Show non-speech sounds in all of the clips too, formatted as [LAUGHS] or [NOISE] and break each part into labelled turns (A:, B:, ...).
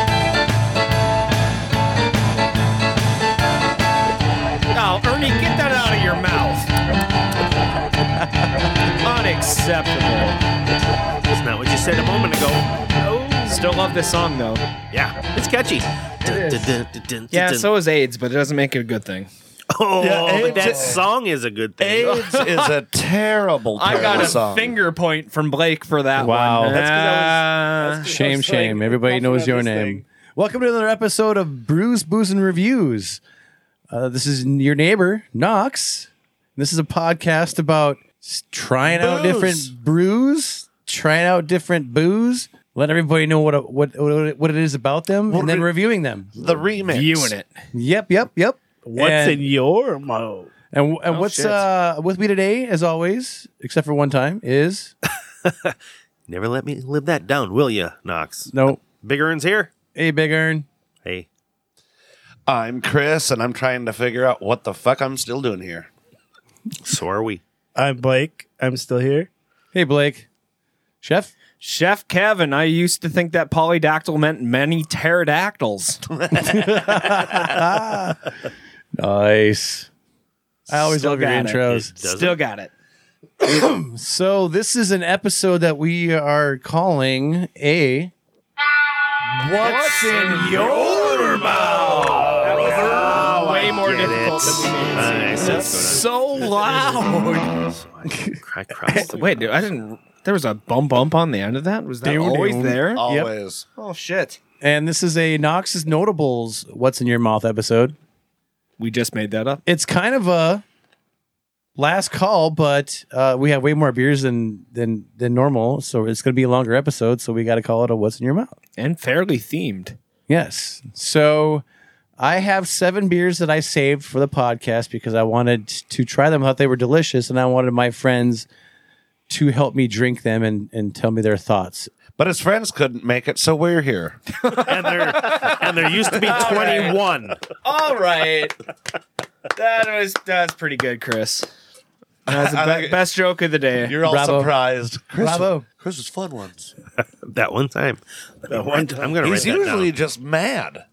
A: Oh, Unacceptable.
B: That's not what you said a moment ago.
A: Still love this song though.
B: Yeah, it's catchy. Dun,
C: is.
B: dun, dun, dun,
A: Yeah,
B: dun.
A: so is AIDS, but it doesn't make it a good thing.
B: [LAUGHS] oh,
D: Yeah,
B: but that
D: AIDS-
B: song is a good thing.
D: AIDS is a terrible, terrible
A: I got a
D: song.
A: finger point from Blake for that
D: Wow.
A: one.
D: That's
A: 'cause
C: Shame, shame. Everybody knows your name. Welcome to another episode of Brews, Booze, and Reviews. Uh, this is your neighbor, Knox. This is a podcast about s- trying out
D: Booze.
C: different brews, trying out different booze, let everybody know what a, what, what it- what it is about them, and then
D: re-
C: reviewing them.
D: The remix.
A: viewing it.
C: Yep, yep, yep.
E: What's
C: and,
E: in your mouth?
C: And, w- and what's
A: shit.
C: uh, with me today, as always, except for one time, is
B: Never let me live that down, will you, Knox?
C: no.
B: Big Earn's here.
C: Hey, Big Earn.
B: Hey,
D: I'm Chris, and I'm trying to figure out what the fuck I'm still doing here.
B: so are we.
E: I'm Blake. I'm still here.
C: Hey, Blake. Chef.
A: Chef Kevin, I used to think that polydactyl meant many pterodactyls.
C: Nice. I always
A: Still
C: love your
A: got it.
C: intros.
B: Does it?
A: Still got it.
C: So this is an episode that we are calling a
A: What's in your mouth? Way more difficult than we made it.
B: Nice.
A: That's so loud.
B: I crossed the-
A: Wait, dude, I didn't. There was a bum bump on the end of that. Was that always there?
D: Always.
A: Oh shit!
C: and this is a Knox's Notables What's in Your Mouth episode.
A: We just made that up.
C: It's kind of a last call, but uh, we have way more beers than than than normal, so it's going to be a longer episode. So we got to call it a What's in Your Mouth.
A: and fairly themed.
C: Yes. So I have seven beers that I saved for the podcast because I wanted to try them. I thought they were delicious, and I wanted my friends to help me drink them and, and tell me their thoughts.
D: But his friends couldn't make it, so we're here.
B: and there and there used to [LAUGHS] be twenty one.
A: All right, that was that's pretty good, Chris. That's the
D: I
A: be-
D: like it.
A: best joke of the day.
D: You're all
C: Bravo.
D: surprised. Chris,
C: Bravo.
D: Chris was fun once.
B: That one time. That one time. I'm gonna
D: He's
B: write that
D: usually
B: down.
D: just mad.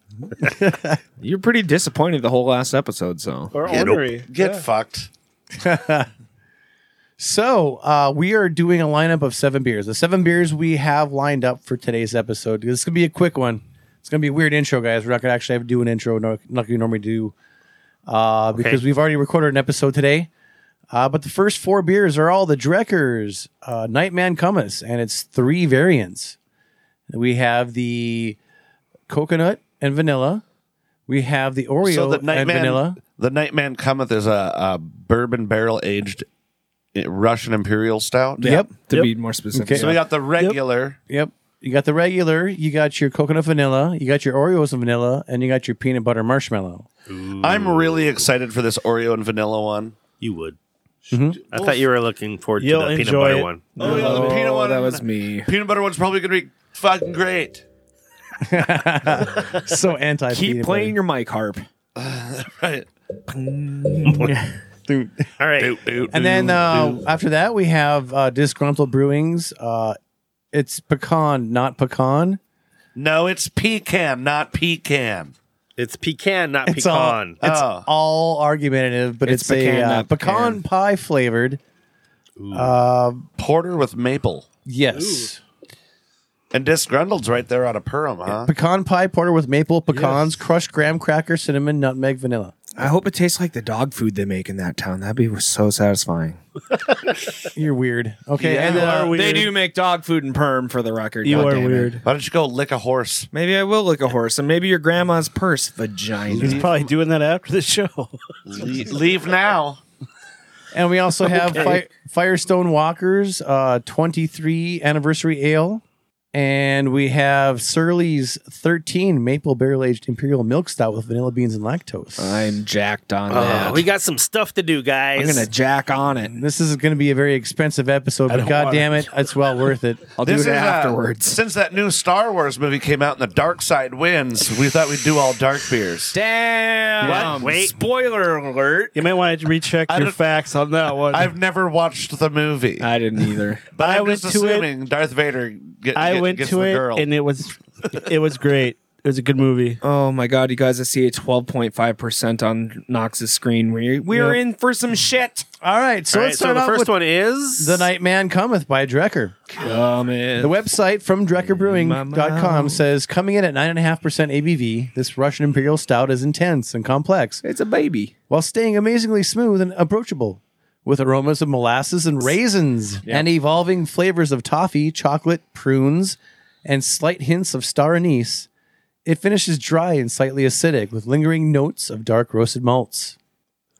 A: You're pretty disappointed the whole last episode, so
E: Or
B: Yeah, Oh, nope.
E: ornery.
D: Get fucked.
C: So uh, we are doing a lineup of seven beers. The seven beers we have lined up for today's episode. This is gonna be a quick one. It's gonna be a weird intro, guys. We're not gonna actually have to do an intro. No, not gonna normally do uh, because we've already recorded an episode today. Uh, but the first four beers are all the Dreckers uh, Nightman Cummins, and it's three variants. We have the coconut and vanilla. We have the Oreo
D: so the
C: and
D: Nightman,
C: vanilla.
D: the Nightman Cometh is a, a bourbon barrel aged eh, Russian Imperial stout.
C: Yep.
A: to be more specific,
C: Okay.
D: So we got the regular.
C: Yep. You got the regular, you got your coconut vanilla, you got your Oreos and vanilla, and you got your peanut butter marshmallow. [LAUGHS]
D: I'm really excited for this Oreo and vanilla one.
B: You would. I thought you were looking forward to
E: You'll
B: the peanut
E: enjoy
B: butter
E: it.
B: one. [LAUGHS]
D: Oh, yeah, the peanut
A: oh,
D: one.
A: that was me.
D: peanut butter one's probably gonna be fucking great.
C: So anti.
A: Keep playing your mic harp.
D: Right.
B: All right.
C: And then uh, after that, we have uh, Disgruntled Brewings. Uh, it's pecan, not pecan.
D: No, it's pecan, not pecan.
B: It's pecan, not
C: It's
B: pecan.
C: all it's
D: Oh.
C: all argumentative, but
A: It's
C: it's,
A: pecan,
C: a uh,
A: not
C: pecan,
A: pecan.
C: pie flavored.
D: Porter with maple.
C: Yes,
D: And disgruntled's right there out of Perham, huh?
C: pecan pie porter with maple pecans, crushed graham cracker, cinnamon, nutmeg, vanilla.
A: I hope it tastes like the dog food they make in that town. That'd be so satisfying.
C: You're weird. Okay, and
E: you
C: then, uh,
E: are weird.
A: They do make dog food in Perm, for the record.
E: You
A: God
E: are
A: damn it.
E: weird.
D: Why don't you go lick a horse?
A: Maybe I will lick a horse, and maybe your grandma's purse vagina.
E: He's probably doing that after the show.
D: [LAUGHS] Le- leave now.
C: And we also have Fi- Firestone Walker's uh, 23 anniversary ale. And we have Surly's 13 maple barrel aged imperial milk stout with vanilla beans and lactose.
A: I'm jacked on
B: Oh,
A: that.
B: we got some stuff to do, guys.
A: I'm gonna jack on it.
C: This is going to be a very expensive episode, but
D: don't
C: God
D: wanna-
C: damn it, it's well worth it.
A: I'll do it
D: uh,
A: afterwards.
D: since that new Star Wars movie came out and the dark side wins, we thought we'd do all dark beers.
A: Damn!
B: What? Wait.
A: Spoiler alert.
E: You might want to recheck your
D: don't-
E: facts on that one.
D: I've never watched the movie,
A: I didn't either.
D: but
E: I
D: I'm
E: went
D: just
E: to it-
D: assuming Darth Vader get,
E: I
D: get-
E: went
D: gets
E: to
D: the
E: it
D: girl.
E: and it was it was great. It was a good movie.
A: [LAUGHS] Oh my god, you guys! I see a twelve point five percent on Knox's screen. We we're in for some shit.
C: All right, so
B: All right,
C: let's start
B: so the
C: off
B: first
C: with
B: one is
C: The Night Man Cometh by Drecker.
A: Oh man,
C: The website from dreckerbrewing.com says coming in at 9.5% ABV, this Russian Imperial Stout is intense and complex
A: it's a baby.
C: while staying amazingly smooth and approachable. With aromas of molasses and raisins and evolving flavors of toffee, chocolate, prunes, and slight hints of star anise, it finishes dry and slightly acidic with lingering notes of dark roasted malts.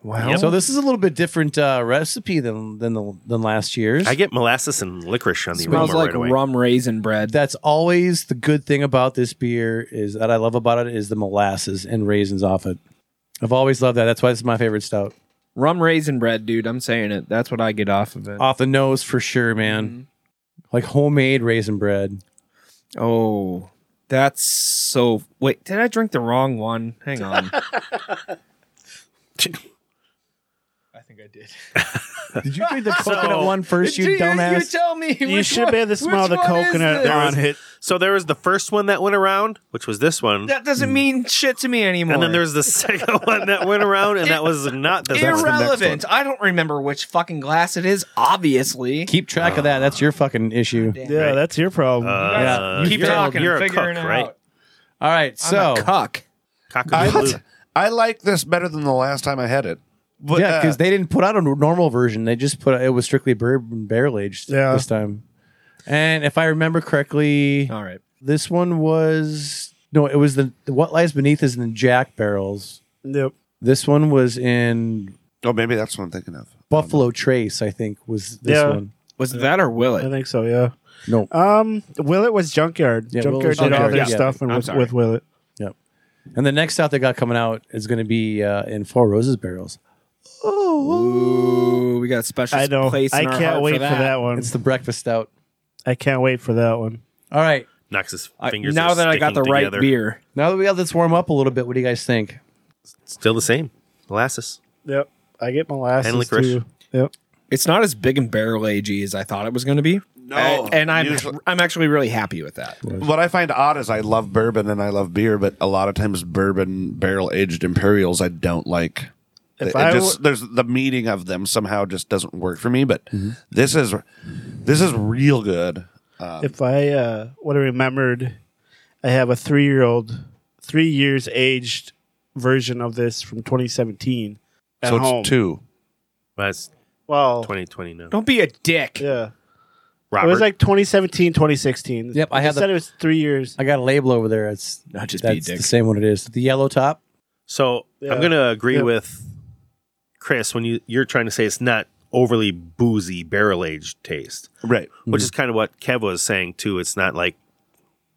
C: Wow. So this is a little bit different uh, recipe than than the, than last year's.
B: I get molasses and licorice on the
A: Smells
B: aroma
A: like
B: right away.
A: rum raisin bread.
C: that's always the good thing about this beer is that I love about it is the molasses and raisins off it. I've always loved that. That's why it's my favorite stout.
A: rum raisin bread, dude. I'm saying it. That's what I get off of it.
C: Off the nose for sure, man.
A: Mm-hmm.
C: Like homemade raisin bread.
A: Oh, that's so. Wait, did I drink the wrong one? [LAUGHS] Hang on. I think I did.
C: [LAUGHS] Did you read the coconut one first, you dumbass?
A: You tell me.
E: you should be able to smell the coconut on it.
B: So there was the first one that went around, which was this one.
A: That doesn't mean shit to me anymore.
B: and then there's the second one that went around, and
A: [LAUGHS]
B: that was not this one.
A: irrelevant. I don't remember which fucking glass it is. Obviously.
C: Keep track of that. That's your fucking issue.
E: Yeah,
B: Right.
E: that's your problem.
B: Uh,
A: Keep
B: you're-
A: talking.
B: You're a
A: figuring
B: cook,
A: it
B: right?
A: out.
C: All right, so
A: I'm a cuck.
B: Cock-a-doodle-doo.
D: I like this better than the last time I had it. But,
C: yeah,
D: uh,
C: because they didn't put out a n- normal version. They just put it was strictly bourbon barrel aged
E: Yeah.
C: this time. And if I remember correctly,
A: All right.
C: This one was no, it was the, the what lies beneath is in the Jack barrels.
E: Yep.
C: This one was in
D: oh, maybe that's what I'm thinking of.
C: Buffalo Trace, I think was this
E: Yeah.
C: one.
A: Was that or will
E: I
A: it?
E: think so, yeah.
C: No.
E: Um, Willet was Junkyard.
C: Yeah, Willet was
E: Junkyard did all
C: Junkyard,
E: their
C: yeah.
E: stuff and
A: I'm
E: with,
A: sorry.
E: with Willet.
C: And the next out they got coming out is going to be uh, in Four Roses barrels.
A: Ooh, we got a special
E: I know. I
A: place. in our heart
E: can't wait for that, one.
C: It's the breakfast stout.
E: I can't wait for that one.
C: All right,
B: Knocks his
A: I-
B: fingers.
A: now
B: are
A: that I got the
B: sticking
A: right
B: together.
A: beer.
C: now that we got this warm up a little bit, what do you guys think?
B: still the same molasses.
E: Yep. I get molasses
B: And licorice.
E: too. Yep.
A: it's not as big and barrel agey as I thought it was going to be. No, and, I'm
D: usually-
A: I'm actually really happy with that.
D: What I find odd is I love bourbon and I love beer, but a lot of times bourbon barrel aged imperials I don't like.
E: If
D: It
E: I
D: just there's the meeting of them somehow just doesn't work for me. But this is this is real good.
E: If I uh, would have remembered, I have a three year old, three years aged version of this from 2017. At
D: so
E: home.
D: it's two.
B: But it's
A: Oh.
E: Well,
B: 2020 now.
A: Don't be a dick.
E: yeah.
B: Robert,
E: It was like 2017, 2016.
C: Yep, I
E: It
C: had the-
E: said it was three years.
C: I got a label over there. It's
A: Not just
C: that's
A: be a
C: the
A: dick.
C: same one it is. The yellow top.
B: so
E: Yeah.
B: I'm gonna agree
E: Yeah.
B: with Chris when you you're trying to say it's not overly boozy barrel aged taste,
D: Right.
E: Mm-hmm.
B: which is kind of what Kev was saying too. It's not like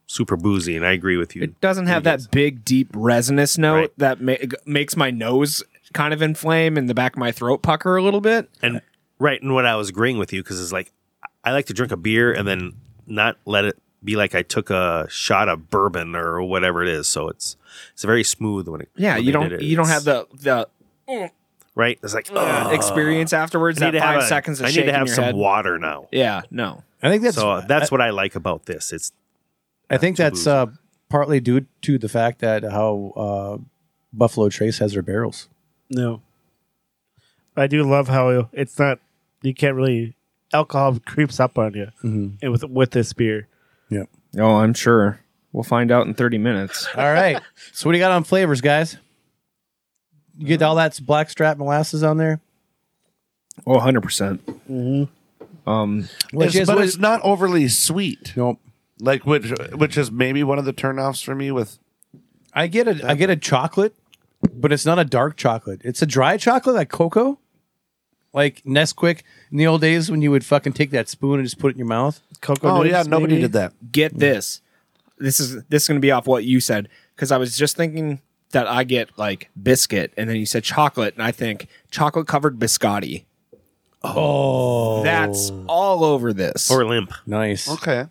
B: super boozy, and I agree with you.
A: It doesn't have that big deep resinous note
B: Right.
A: that ma- makes my nose kind of inflame and the back of my throat pucker a little bit.
B: and right, and what I was agreeing with you because it's like I like to drink a beer and then not let it be like I took a shot of bourbon or whatever it is. So it's it's very smooth when it
A: Yeah,
B: when
A: you
B: they
A: don't
B: did it.
A: you don't
B: It's-
A: have the the
B: right. It's like
A: uh,
B: ugh.
A: experience afterwards.
B: I need
A: That
B: to
A: five
B: have a-
A: seconds. Of
B: I need to
A: shaking
B: have
A: your
B: some
A: head.
B: water now.
A: Yeah, no.
C: I think that's
B: so uh, that's what I like about this. It's
C: I think that's uh, partly due to the fact that how uh, Buffalo Trace has their barrels.
E: No. I do love how it's not, you can't really, alcohol creeps up on you and with, with this beer.
A: Oh, I'm sure we'll find out in 30 minutes.
D: [LAUGHS]
C: All right. So what do you got on flavors, guys? You get all that black strap molasses on there?
A: Oh, 100 percent. Um,
C: Which
D: It's-
C: is
D: but
C: what-
D: it's not overly sweet.
C: nope.
D: Like which which is maybe one of the turnoffs for me with
C: I get a I get a chocolate, but it's not a dark chocolate. It's a dry chocolate like cocoa. Like Nesquik in the old days when you would fucking take that spoon and just put it in your mouth.
E: Cocoa
D: Oh
E: nibs,
D: yeah, nobody
E: maybe?
D: did that.
A: get this. This is this is gonna be off what you said because I was just thinking that I get like biscuit, and then you said chocolate, and I think chocolate covered biscotti.
C: Oh,
A: That's all over this.
B: or limp.
C: nice.
D: Okay.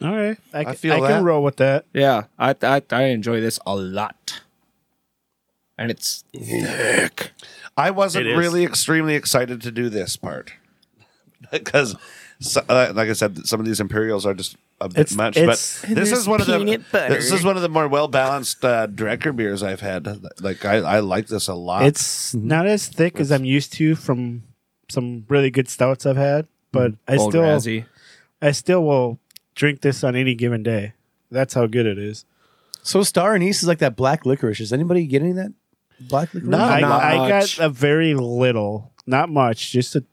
E: All right. I, c-
D: feel
E: I
D: that.
E: can roll with that.
A: yeah, I, I I enjoy this a lot, and it's thick.
D: I
B: It
D: wasn't
B: is.
D: really extremely excited to do this part. [LAUGHS] because, so, uh, like I said, some of these imperials are just a bit
E: It's-
D: much.
E: it's-
D: but this
A: There's
D: is one of the
A: peanut butter.
D: this is one of the more well balanced uh, Drecker beers I've had. Like I, I like this a lot.
E: It's not as thick as I'm used to from some really good stouts I've had, but I
A: Mm-hmm. Old
E: still
A: Razzie.
E: I still will drink this on any given day. That's how good it is.
C: So star anise is like that black licorice. Does anybody get any of that black licorice?
D: No. Oh,
E: I,
D: not
E: I
A: much.
E: got a very little, not much, just a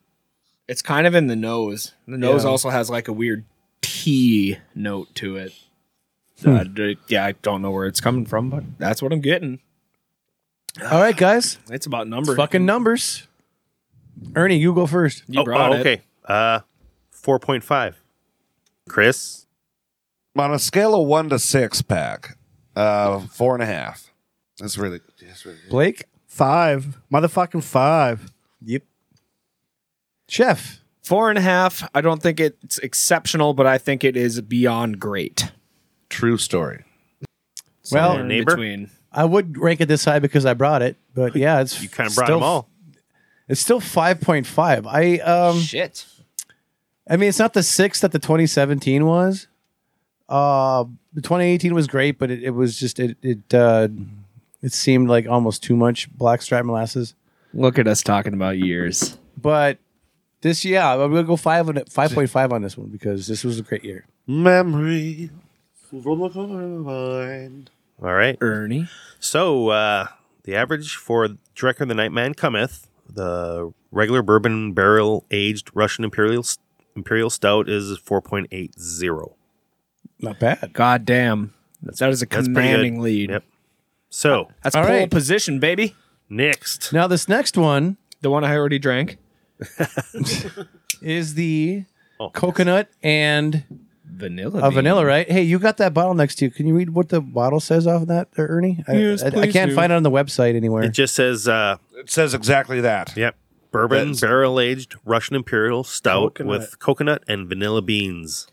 A: It's kind of in the nose. The nose
E: Yeah.
A: also has like a weird tea note to it. Uh, d- yeah, I don't know where it's coming from, but that's what I'm getting.
C: All right, guys.
A: It's about number.
C: Fucking numbers. Ernie, you go first.
A: You brought it.
B: Oh, okay. Uh, four point five. Chris,
D: on a scale of one to six pack, uh, four and a half. That's really, that's really good.
C: Blake.
E: five. Motherfucking five.
C: Yep. Chef.
A: Four and a half. I don't think it's exceptional, but I think it is beyond great.
D: true story.
C: Well,
A: Somewhere in
B: neighbor?
A: between.
C: I would rank it this high because I brought it,
B: [LAUGHS]
C: but yeah, it's
B: you kind of brought
C: still-
B: them all.
C: It's still five point five. I um,
A: Shit.
C: I mean, it's not the six that the 2017 was. Uh, the 2018 was great, but it, it was just it it uh, it seemed like almost too much blackstrap molasses.
A: Look at us talking about years.
C: But this, yeah, I'm gonna go five on it, five point five on this one because this was a great year.
D: Memory. Rewind.
B: All right.
A: Ernie.
B: So uh, the average for Drecker the Nightman Cometh, the regular bourbon barrel aged Russian Imperial Imperial Stout is four point eight zero.
C: Not bad.
A: God damn. That is a
B: That's pretty good.
A: commanding lead.
B: Yep. So
A: That's
C: All
A: pole
C: right.
A: position, baby.
B: next,
C: Now this next one
A: The one I already drank.
C: is the
B: Oh.
C: coconut and
A: Vanilla.
C: a
A: bean.
C: vanilla, right? Hey, you got that bottle next to you. Can you read what the bottle says off of that, there, Ernie? I,
A: Yes,
C: I, I
A: please
C: can't
A: do.
C: find it on the website anywhere.
B: it just says uh,
D: It says exactly that.
B: Yep. Bourbon
D: That's-
B: barrel aged Russian Imperial Stout
E: Coconut.
B: with coconut and vanilla beans.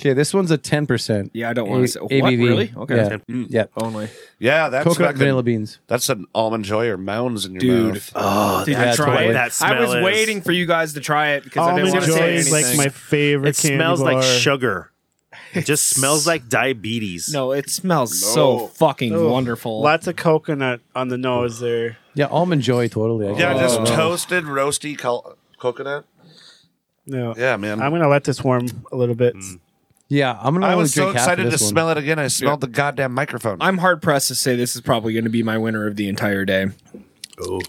C: Okay, this one's a ten percent.
A: Yeah, I don't want to say. What?
C: ABV.
A: Really? Okay.
C: Yeah. Yeah.
A: Only.
D: Yeah, Oh, that's
C: Coconut
D: fucking-
C: vanilla beans.
D: That's an almond joy or mounds in your
A: Dude.
D: mouth.
B: Oh,
A: Did you
C: that's
A: try
C: what
A: it?
B: that
A: I
B: smell
A: was
B: is.
A: waiting for you guys to try it because I didn't
E: Almond
A: want to
E: Joy
A: say
E: is
A: anything.
E: like my favorite.
B: It
E: candy
B: smells
E: bar.
B: like sugar. It just smells like diabetes.
A: no, it smells
D: No.
A: so fucking
E: Ugh.
A: wonderful.
E: Lots of coconut on the nose there.
C: Yeah, almond joy. Totally. I
D: Yeah,
C: guess.
D: just toasted, roasty col- coconut.
E: No,
D: Yeah, man.
E: I'm gonna let this warm a little bit.
C: yeah. I'm gonna.
D: I
C: only
D: was so
C: drink half of
D: excited to
C: this one.
D: smell it again. I smelled the goddamn microphone.
A: I'm hard pressed to say this is probably going to be my winner of the entire day.
C: Oh,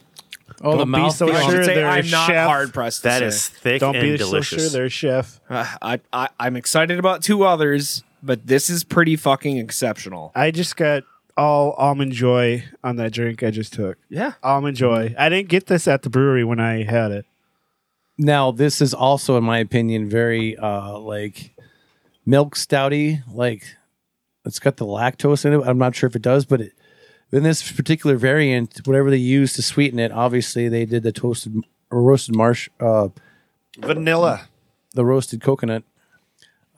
C: the
E: Don't be
C: mouth.
E: so
C: feel.
A: I should
E: sure
A: say
E: they're
A: I'm not
E: chef.
A: hard pressed.
B: That
A: to
B: is
A: say.
B: thick
E: Don't
B: and
E: be so
B: delicious.
E: sure, there, chef.
A: Uh, I, I I'm excited about two others, but this is pretty fucking exceptional.
E: I just got all almond joy on that drink I just took.
A: Yeah.
E: Almond joy. I didn't get this at the brewery when I had it.
C: Now this is also, in my opinion, very uh like milk stouty. Like it's got the lactose in it. I'm not sure if it does, but it, in this particular variant, whatever they used to sweeten it, obviously they did the toasted or roasted marsh, uh,
D: Vanilla.
C: the roasted coconut.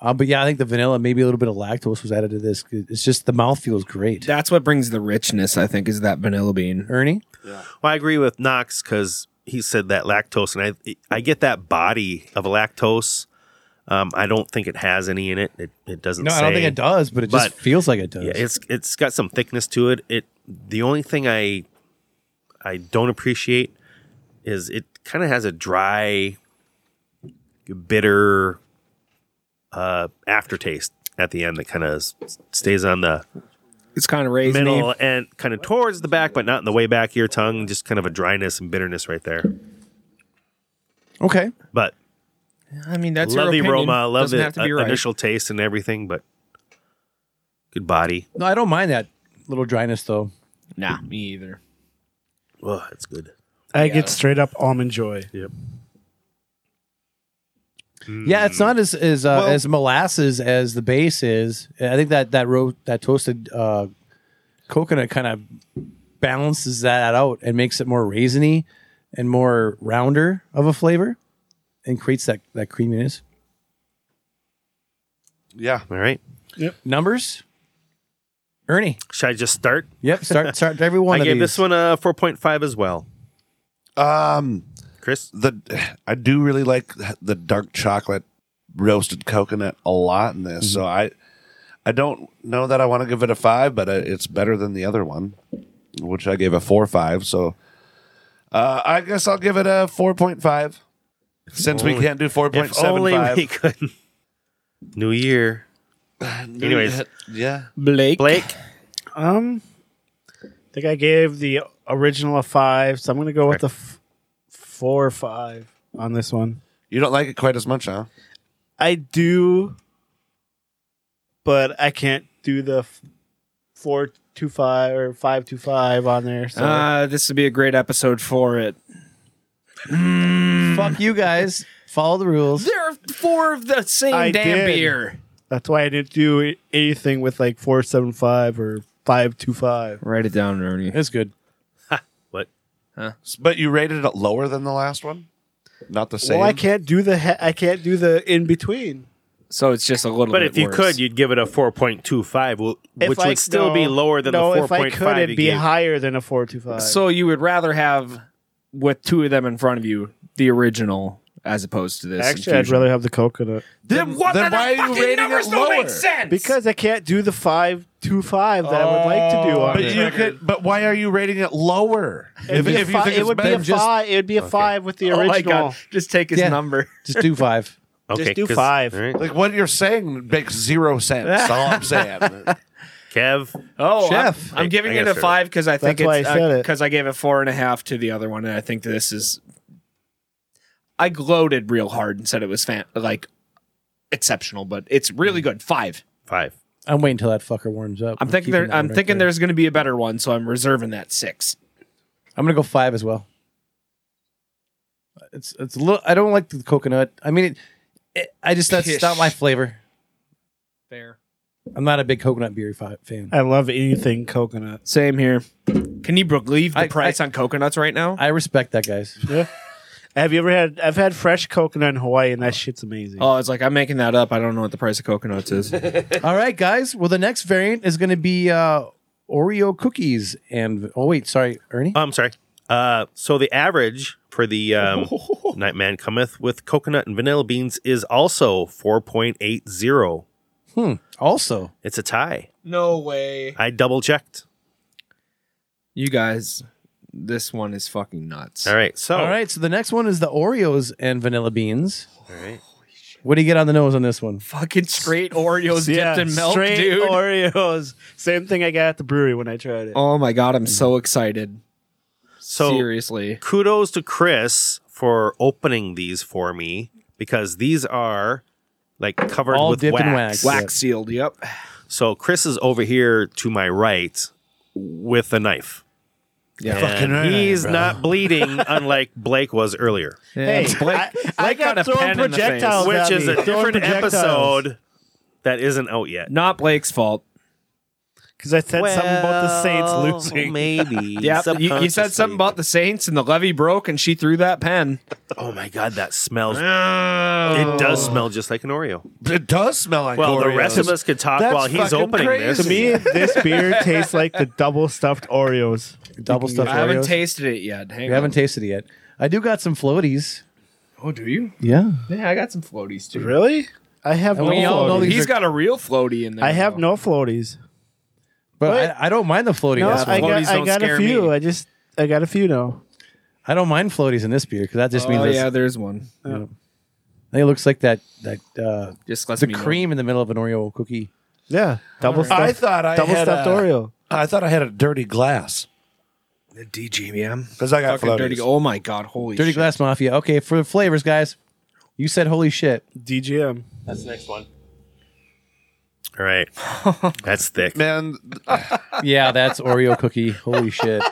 C: Uh, but yeah, I think the vanilla, maybe a little bit of lactose was added to this. It's just the mouth feels great.
A: That's what brings the richness, I think, is that vanilla bean.
C: Ernie,
B: Well, I agree with Knox because he said that lactose, and I I get that body of lactose. Um, I don't think it has any in it. It, it doesn't.
C: no, I don't
B: say.
C: think it does, but it just
B: But-
C: feels like it does.
B: Yeah, it's it's got some thickness to it. It the only thing I I don't appreciate is it kind of has a dry, bitter uh, aftertaste at the end that kind of stays on the
A: It's kind of raisiny.
B: middle and kind of towards the back, but not in the way back of your tongue. Just kind of a dryness and bitterness right there.
C: okay.
B: But
A: I mean, that's
B: love
A: your
B: the
A: opinion.
B: aroma, love
A: Doesn't
B: the
A: have to be
B: uh,
A: right.
B: initial taste and everything, but good body.
C: No, I don't mind that little dryness though.
A: Nah, me either.
B: Oh, it's good.
E: I get straight up almond joy.
C: Yeah, it's not as as uh,
D: Well-
C: as molasses as the base is. I think that that ro- that toasted uh, coconut kind of balances that out and makes it more raisiny and more rounder of a flavor, and creates that that creaminess.
D: Yeah.
B: All right.
C: Numbers, Ernie.
B: Should I just start?
C: Yep, start start every one
B: I
C: of
B: gave
C: these.
B: this one a 4.5 as well.
D: Um,
B: Chris?
D: the I do really like the dark chocolate roasted coconut a lot in this.
C: Mm-hmm.
D: So I I don't know that I want to give it a five, but uh, it's better than the other one, which I gave a four five. So uh, I guess I'll give it a four point five. Since we
B: Only-
D: can't do four point
B: If
D: seven
B: only we
D: five.
B: could. [LAUGHS] New year. Anyways.
D: yeah,
A: Blake.
B: Blake?
E: Um, I think I gave the original a five, so I'm gonna go with the f- four or five on this one.
D: you don't like it quite as much, huh?
E: I do, but I can't do the f- four two five or five two five on there. So
A: Uh, this would be a great episode for it. Hmm.
C: Fuck you guys. Follow the rules.
A: There are four of the same
E: I
A: damn
E: did.
A: beer.
E: that's why I didn't do a- anything with like four seven five or five two five.
A: Write it down, Ernie.
C: It's good.
B: What?
D: S- But you rated it lower than the last one, not the same.
E: Well, I can't do the he- I can't do the in between.
A: So it's just a little.
B: But
A: bit
B: if you
A: worse.
B: could, you'd give it a 4.25, well,
E: If
B: which
E: I-
B: would still be
E: no,
B: lower than
E: no,
B: the 4.5.
E: if I could,
B: you
E: it'd be
B: gave.
E: higher than a four two five.
A: So you would rather have with two of them in front of you the original as opposed to this.
E: Actually, I'd
A: infusion.
E: rather have the coconut
A: Then, what
D: then
A: the
D: why are you
A: fucking
D: rating
A: numbers
D: it
A: don't make
D: lower?
A: sense?
E: because I can't do the five two five that I would like to do. On
D: Oh, But
E: it.
D: you could. But why are you rating it lower?
E: It'd
D: If,
E: be
D: if
E: a
D: you
E: fi-
D: think
E: it
D: it's
E: would be
D: better-
E: a five. It would be a five with the
A: oh
E: original.
A: my god, just take his
C: Yeah.
A: number.
C: Just do five.
B: Okay,
E: do
B: 'cause-
E: five.
B: all right.
D: Like what you're saying makes zero sense. That's all I'm saying.
E: [LAUGHS]
B: Kev,
A: Oh,
C: Chef.
A: I'm, I'm giving
B: I
A: it a
B: guess so.
A: five because I think
E: That's why
A: it's
E: I said it.
A: because I gave it four and a half to the other one, and I think this is. I gloated real hard and said it was fan- like exceptional, but it's really good. Five.
B: five.
C: I'm waiting till that fucker warms up.
A: I'm thinking there.
C: keeping that
A: I'm
C: one right
A: thinking
C: there.
A: there's going to be a better one, so I'm reserving that six.
C: I'm gonna go five as well. It's it's a little. I don't like the coconut. I mean, it, it, I just that's
A: Pish.
C: not my flavor.
A: Fair.
C: I'm not a big coconut beer fi- fan.
E: I love anything coconut.
A: Same here. Can you believe the
C: I-
A: price on coconuts right now?
C: I respect that, guys.
E: Yeah. Have you ever had? I've had fresh coconut in Hawaii, and that shit's amazing.
A: oh, it's like I'm making that up. I don't know what the price of coconuts is.
C: All right, guys. Well, the next variant is gonna be uh, Oreo cookies and oh wait, sorry, Ernie.
B: Oh, I'm sorry. Uh, so the average for the
C: [LAUGHS]
B: um, Nightman Cometh with coconut and vanilla beans is also 4.80.
C: also,
B: It's a tie.
A: no way.
B: I double checked.
A: You guys, this one is fucking nuts.
B: All right. So
C: all right. So the next one is the Oreos and vanilla beans.
B: All right.
C: What do you get on the nose on this one?
A: Fucking straight Oreos
E: yeah,
A: dipped in milk,
E: straight
A: dude.
E: Oreos. Same thing I got at the brewery when I tried it.
A: oh my god, I'm so excited.
B: So
A: Seriously.
B: kudos to Chris for opening these for me because these are like covered
C: All
B: with
C: dipped in
B: wax.
C: wax.
A: Wax sealed, yep.
B: So Chris is over here to my right with a knife.
A: Yeah.
B: And he's not bleeding, [LAUGHS] unlike Blake was earlier.
E: Hey,
A: Yeah, Blake,
E: I-
A: Blake
E: I got
A: got a
E: thrown
A: pen in the face.
E: projectiles.
B: which
E: at
B: is
E: me.
B: a
E: Throwing
B: different
E: projectiles.
B: episode that isn't out yet.
A: Not Blake's fault.
E: Because I said something about the Saints losing.
B: [LAUGHS] Maybe.
A: Yeah, you, you said something about the Saints and the levee broke and she threw that pen.
B: Oh my god, that smells. It does smell just like an Oreo.
D: It does smell like
B: Oh. Well, the
D: Oreos.
B: rest of us could talk
D: That's
B: while he's
D: fucking
B: opening
D: crazy.
E: To
B: this.
E: me, this beer tastes like the double stuffed Oreos.
C: Double stuffed
A: I haven't
C: Oreos.
A: tasted it yet. Hang
C: we
A: on.
C: haven't tasted it yet. I do got some floaties.
A: oh, do you?
C: Yeah.
A: Yeah, I got some floaties too.
E: Really? I have
C: And
E: no
C: we all know
E: floaties.
C: these
A: He's
C: are-
A: got a real floaty in there.
E: I have
A: though.
E: no floaties.
C: But
E: What?
C: I, I don't mind the floaties.
E: No,
C: That's
E: I
C: what-
E: got,
A: Floaties
E: I
A: don't
E: got a
A: scare
E: few.
A: me.
E: I just I got a few now.
C: I don't mind floaties in this beer because that just means
A: Oh
C: it's-
A: yeah, there's one.
C: I think it looks like that that uh,
A: Just let
C: the
A: me know.
C: cream in the middle of an Oreo cookie.
E: Yeah, double stuffed.
D: I thought I
E: double
D: had
E: stuffed
D: a,
E: Oreo.
D: I thought I had a dirty glass
A: The DGM.
D: because I got
A: Fucking
D: floaties.
A: dirty. Oh my god, holy
C: Dirty
A: shit.
C: Glass Mafia. Okay, for the flavors, guys. You said holy shit.
E: DGM.
A: [LAUGHS]
B: All right. That's thick.
D: Man,
C: Yeah, that's Oreo cookie. Holy shit.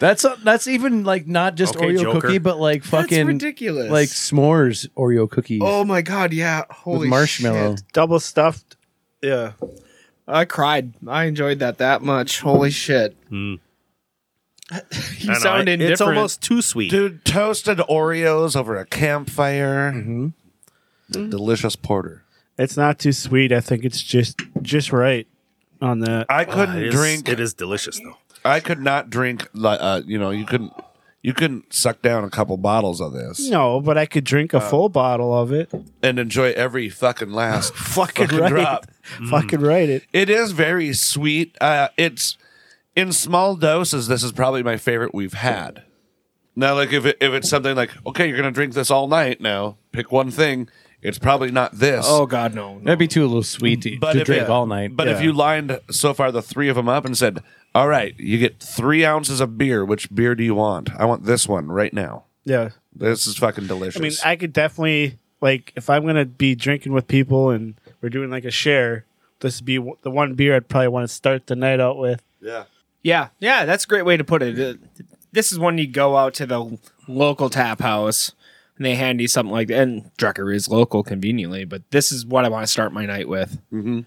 C: That's a, that's even like not just
B: Okay,
C: Oreo
B: Joker.
C: cookie, but like fucking
A: ridiculous.
C: like s'mores Oreo cookie
A: Oh my god, yeah. Holy
C: with marshmallow.
A: shit.
E: Double stuffed. Yeah.
A: I cried. I enjoyed that that much. Holy shit. [LAUGHS]
B: I
A: you
B: don't know,
A: sound
B: it-
A: indifferent.
B: It's almost too sweet.
D: dude, toasted Oreos over a campfire. The
E: Mm-hmm.
D: delicious porter.
E: It's not too sweet. I think it's just just right on that.
D: I
B: Ah,
D: couldn't
B: it is-
D: drink.
B: It is delicious though.
D: I could not drink. li- Uh, you know, you couldn't. You couldn't suck down a couple bottles of this
E: No, but I could drink
D: Uh,
E: a full bottle of it.
D: and enjoy every fucking last [LAUGHS] fucking
E: right.
D: drop.
E: [LAUGHS]
D: Mm.
E: Fucking right. It.
D: It is very sweet. Uh, it's in small doses. This is probably my favorite we've had. Now, like if it, if it's something like okay, you're gonna drink this all night. Now, pick one thing. It's probably not this.
A: Oh God, no. no.
C: That'd be too a little sweet to, to
D: if
C: drink
D: it-
C: all night.
D: But if you lined so far the three of them up and said, "All right, you get three ounces of beer. Which beer do you want? I want this one right now.
E: Yeah.
D: This is fucking
E: I mean,
D: delicious."
E: I could definitely like if I'm gonna be drinking with people and we're doing like a share. This would be w- the one beer I'd probably want to start the night out with.
D: yeah.
A: Yeah, yeah, that's a great way to put it. Uh, This is when you go out to the local tap house and they hand you something like that. And Drucker is local conveniently, but this is what I want to start my night with. Mm-hmm.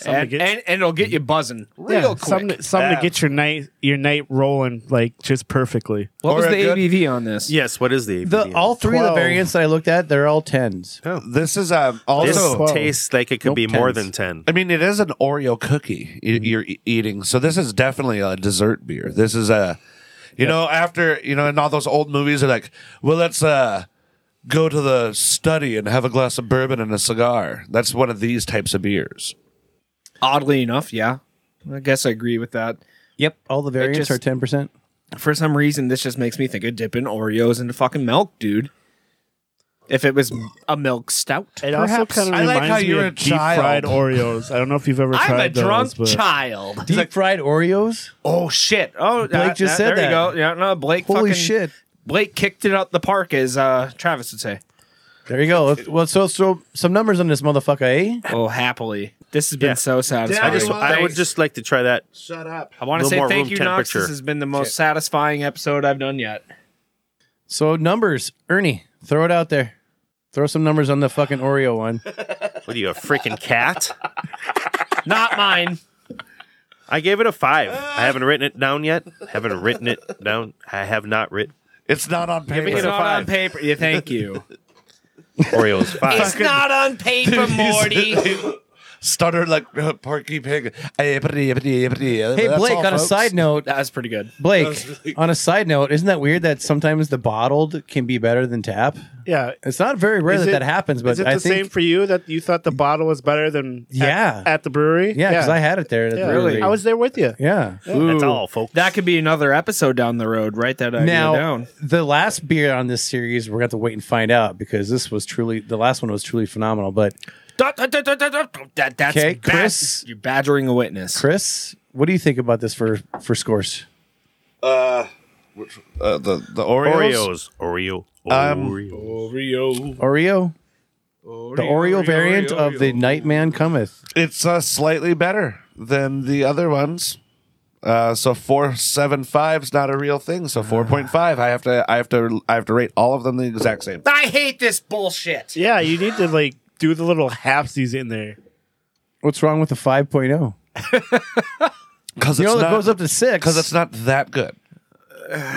E: to
A: And,
E: get-
A: and, and it'll get you buzzing real quick.
E: something, something
D: Yeah.
E: to get your night your night rolling like just perfectly.
A: what was
D: Or a
A: the
D: good-
A: ABV on this?
B: Yes. What is the
C: the
B: ABV?
C: all three of the
E: 12.
C: variants that I looked at, they're all tens.
D: This is um, also
B: This
E: Twelve.
B: tastes like it could be more
C: tens.
B: than ten.
D: I mean, it is an Oreo cookie y- you're e- eating, so this is definitely a dessert beer. This is a, you know, after you know, in all those old movies, are like, well, let's uh, go to the study and have a glass of bourbon and a cigar. That's one of these types of beers.
A: Oddly enough, yeah. I guess I agree with that.
C: Yep, all the variants
A: just-
C: are ten percent.
A: For some reason, this just makes me think of dipping Oreos into fucking milk, dude. If it was a milk stout.
E: It also kind of
D: I
E: reminds
D: like how
E: me
D: you're a
E: of deep
D: child.
E: fried Oreos. I don't know
D: [LAUGHS]
E: if you've ever
A: I'm a
E: tried those.
A: drunk
E: but-
A: child.
C: Deep fried Oreos.
A: Oh shit! Oh,
C: Blake just said
A: there
C: that.
A: you go. Yeah, no, Blake.
C: Holy
A: fucking,
C: shit!
A: Blake kicked it out the park, as uh, Travis would say.
C: There you go. Let's- Well, so so some numbers on this motherfucker, eh?
A: Oh, happily. This has been
B: Yeah.
A: so
B: I
A: satisfying.
B: just I would just like to try that.
D: Shut up.
A: I want to
B: little
A: say
B: more
A: thank
B: room
A: you, Knox.
B: temperature.
A: This has been the most satisfying episode I've done yet.
C: So numbers, Ernie, throw it out there. Throw some numbers on the fucking Oreo
E: [LAUGHS]
C: one.
B: What are you a freaking
A: [LAUGHS]
B: cat?
A: Not mine.
B: I gave it a five. I haven't
C: Ah.
B: written it down yet. Haven't written it down. I have not written
D: It's not on
A: [LAUGHS]
D: paper.
A: It's not on paper. Yeah, thank you.
B: Oreos five.
A: it's not on [LAUGHS] paper, Morty.
D: [LAUGHS] Stutter like uh, Porky Pig. Hey,
C: Hey
D: Blake.
C: Blake, on a side note,
A: that was pretty good.
C: Blake, on a side note, isn't that weird that sometimes the bottled can be better than tap?
E: Yeah.
C: It's not very rare
E: Is
C: that
E: it-
C: that happens, but
E: Is it
C: I
E: the
C: think
E: same for you that you thought the bottle was better than at-
C: Yeah.
E: at, the brewery?
C: yeah, because I had it there. At the
E: Yeah.
C: brewery.
E: I was there with you.
C: yeah.
B: That's all, folks.
A: That could be another episode down the road. Write that idea
C: Now
A: down.
C: the last beer on this series, we're gonna have to wait and find out because this was truly the last one was truly phenomenal. But
A: Da- da- da- da- da- da- That, that's
C: Okay,
A: bad-
C: Chris.
A: You're badgering a witness.
C: Chris, what do you think about this for for scores?
D: Uh, the the Oreos.
B: Oreos. Oreo.
D: Um,
B: Oreo.
A: Oreo.
C: Oreo, the Oreo, variant of the Nightman Cometh.
D: It's uh, slightly better than the other ones. Uh, so four seven five is not a real thing. So four point five. I have to. I have to. I have to rate all of them the exact same.
A: I hate this bullshit.
E: Yeah, you need to like do the little halfsies in there.
C: What's wrong with the oh? 5.0?
D: Because
C: You
D: it's
C: know that
D: not.
C: goes up to six.
D: Because it's not that good.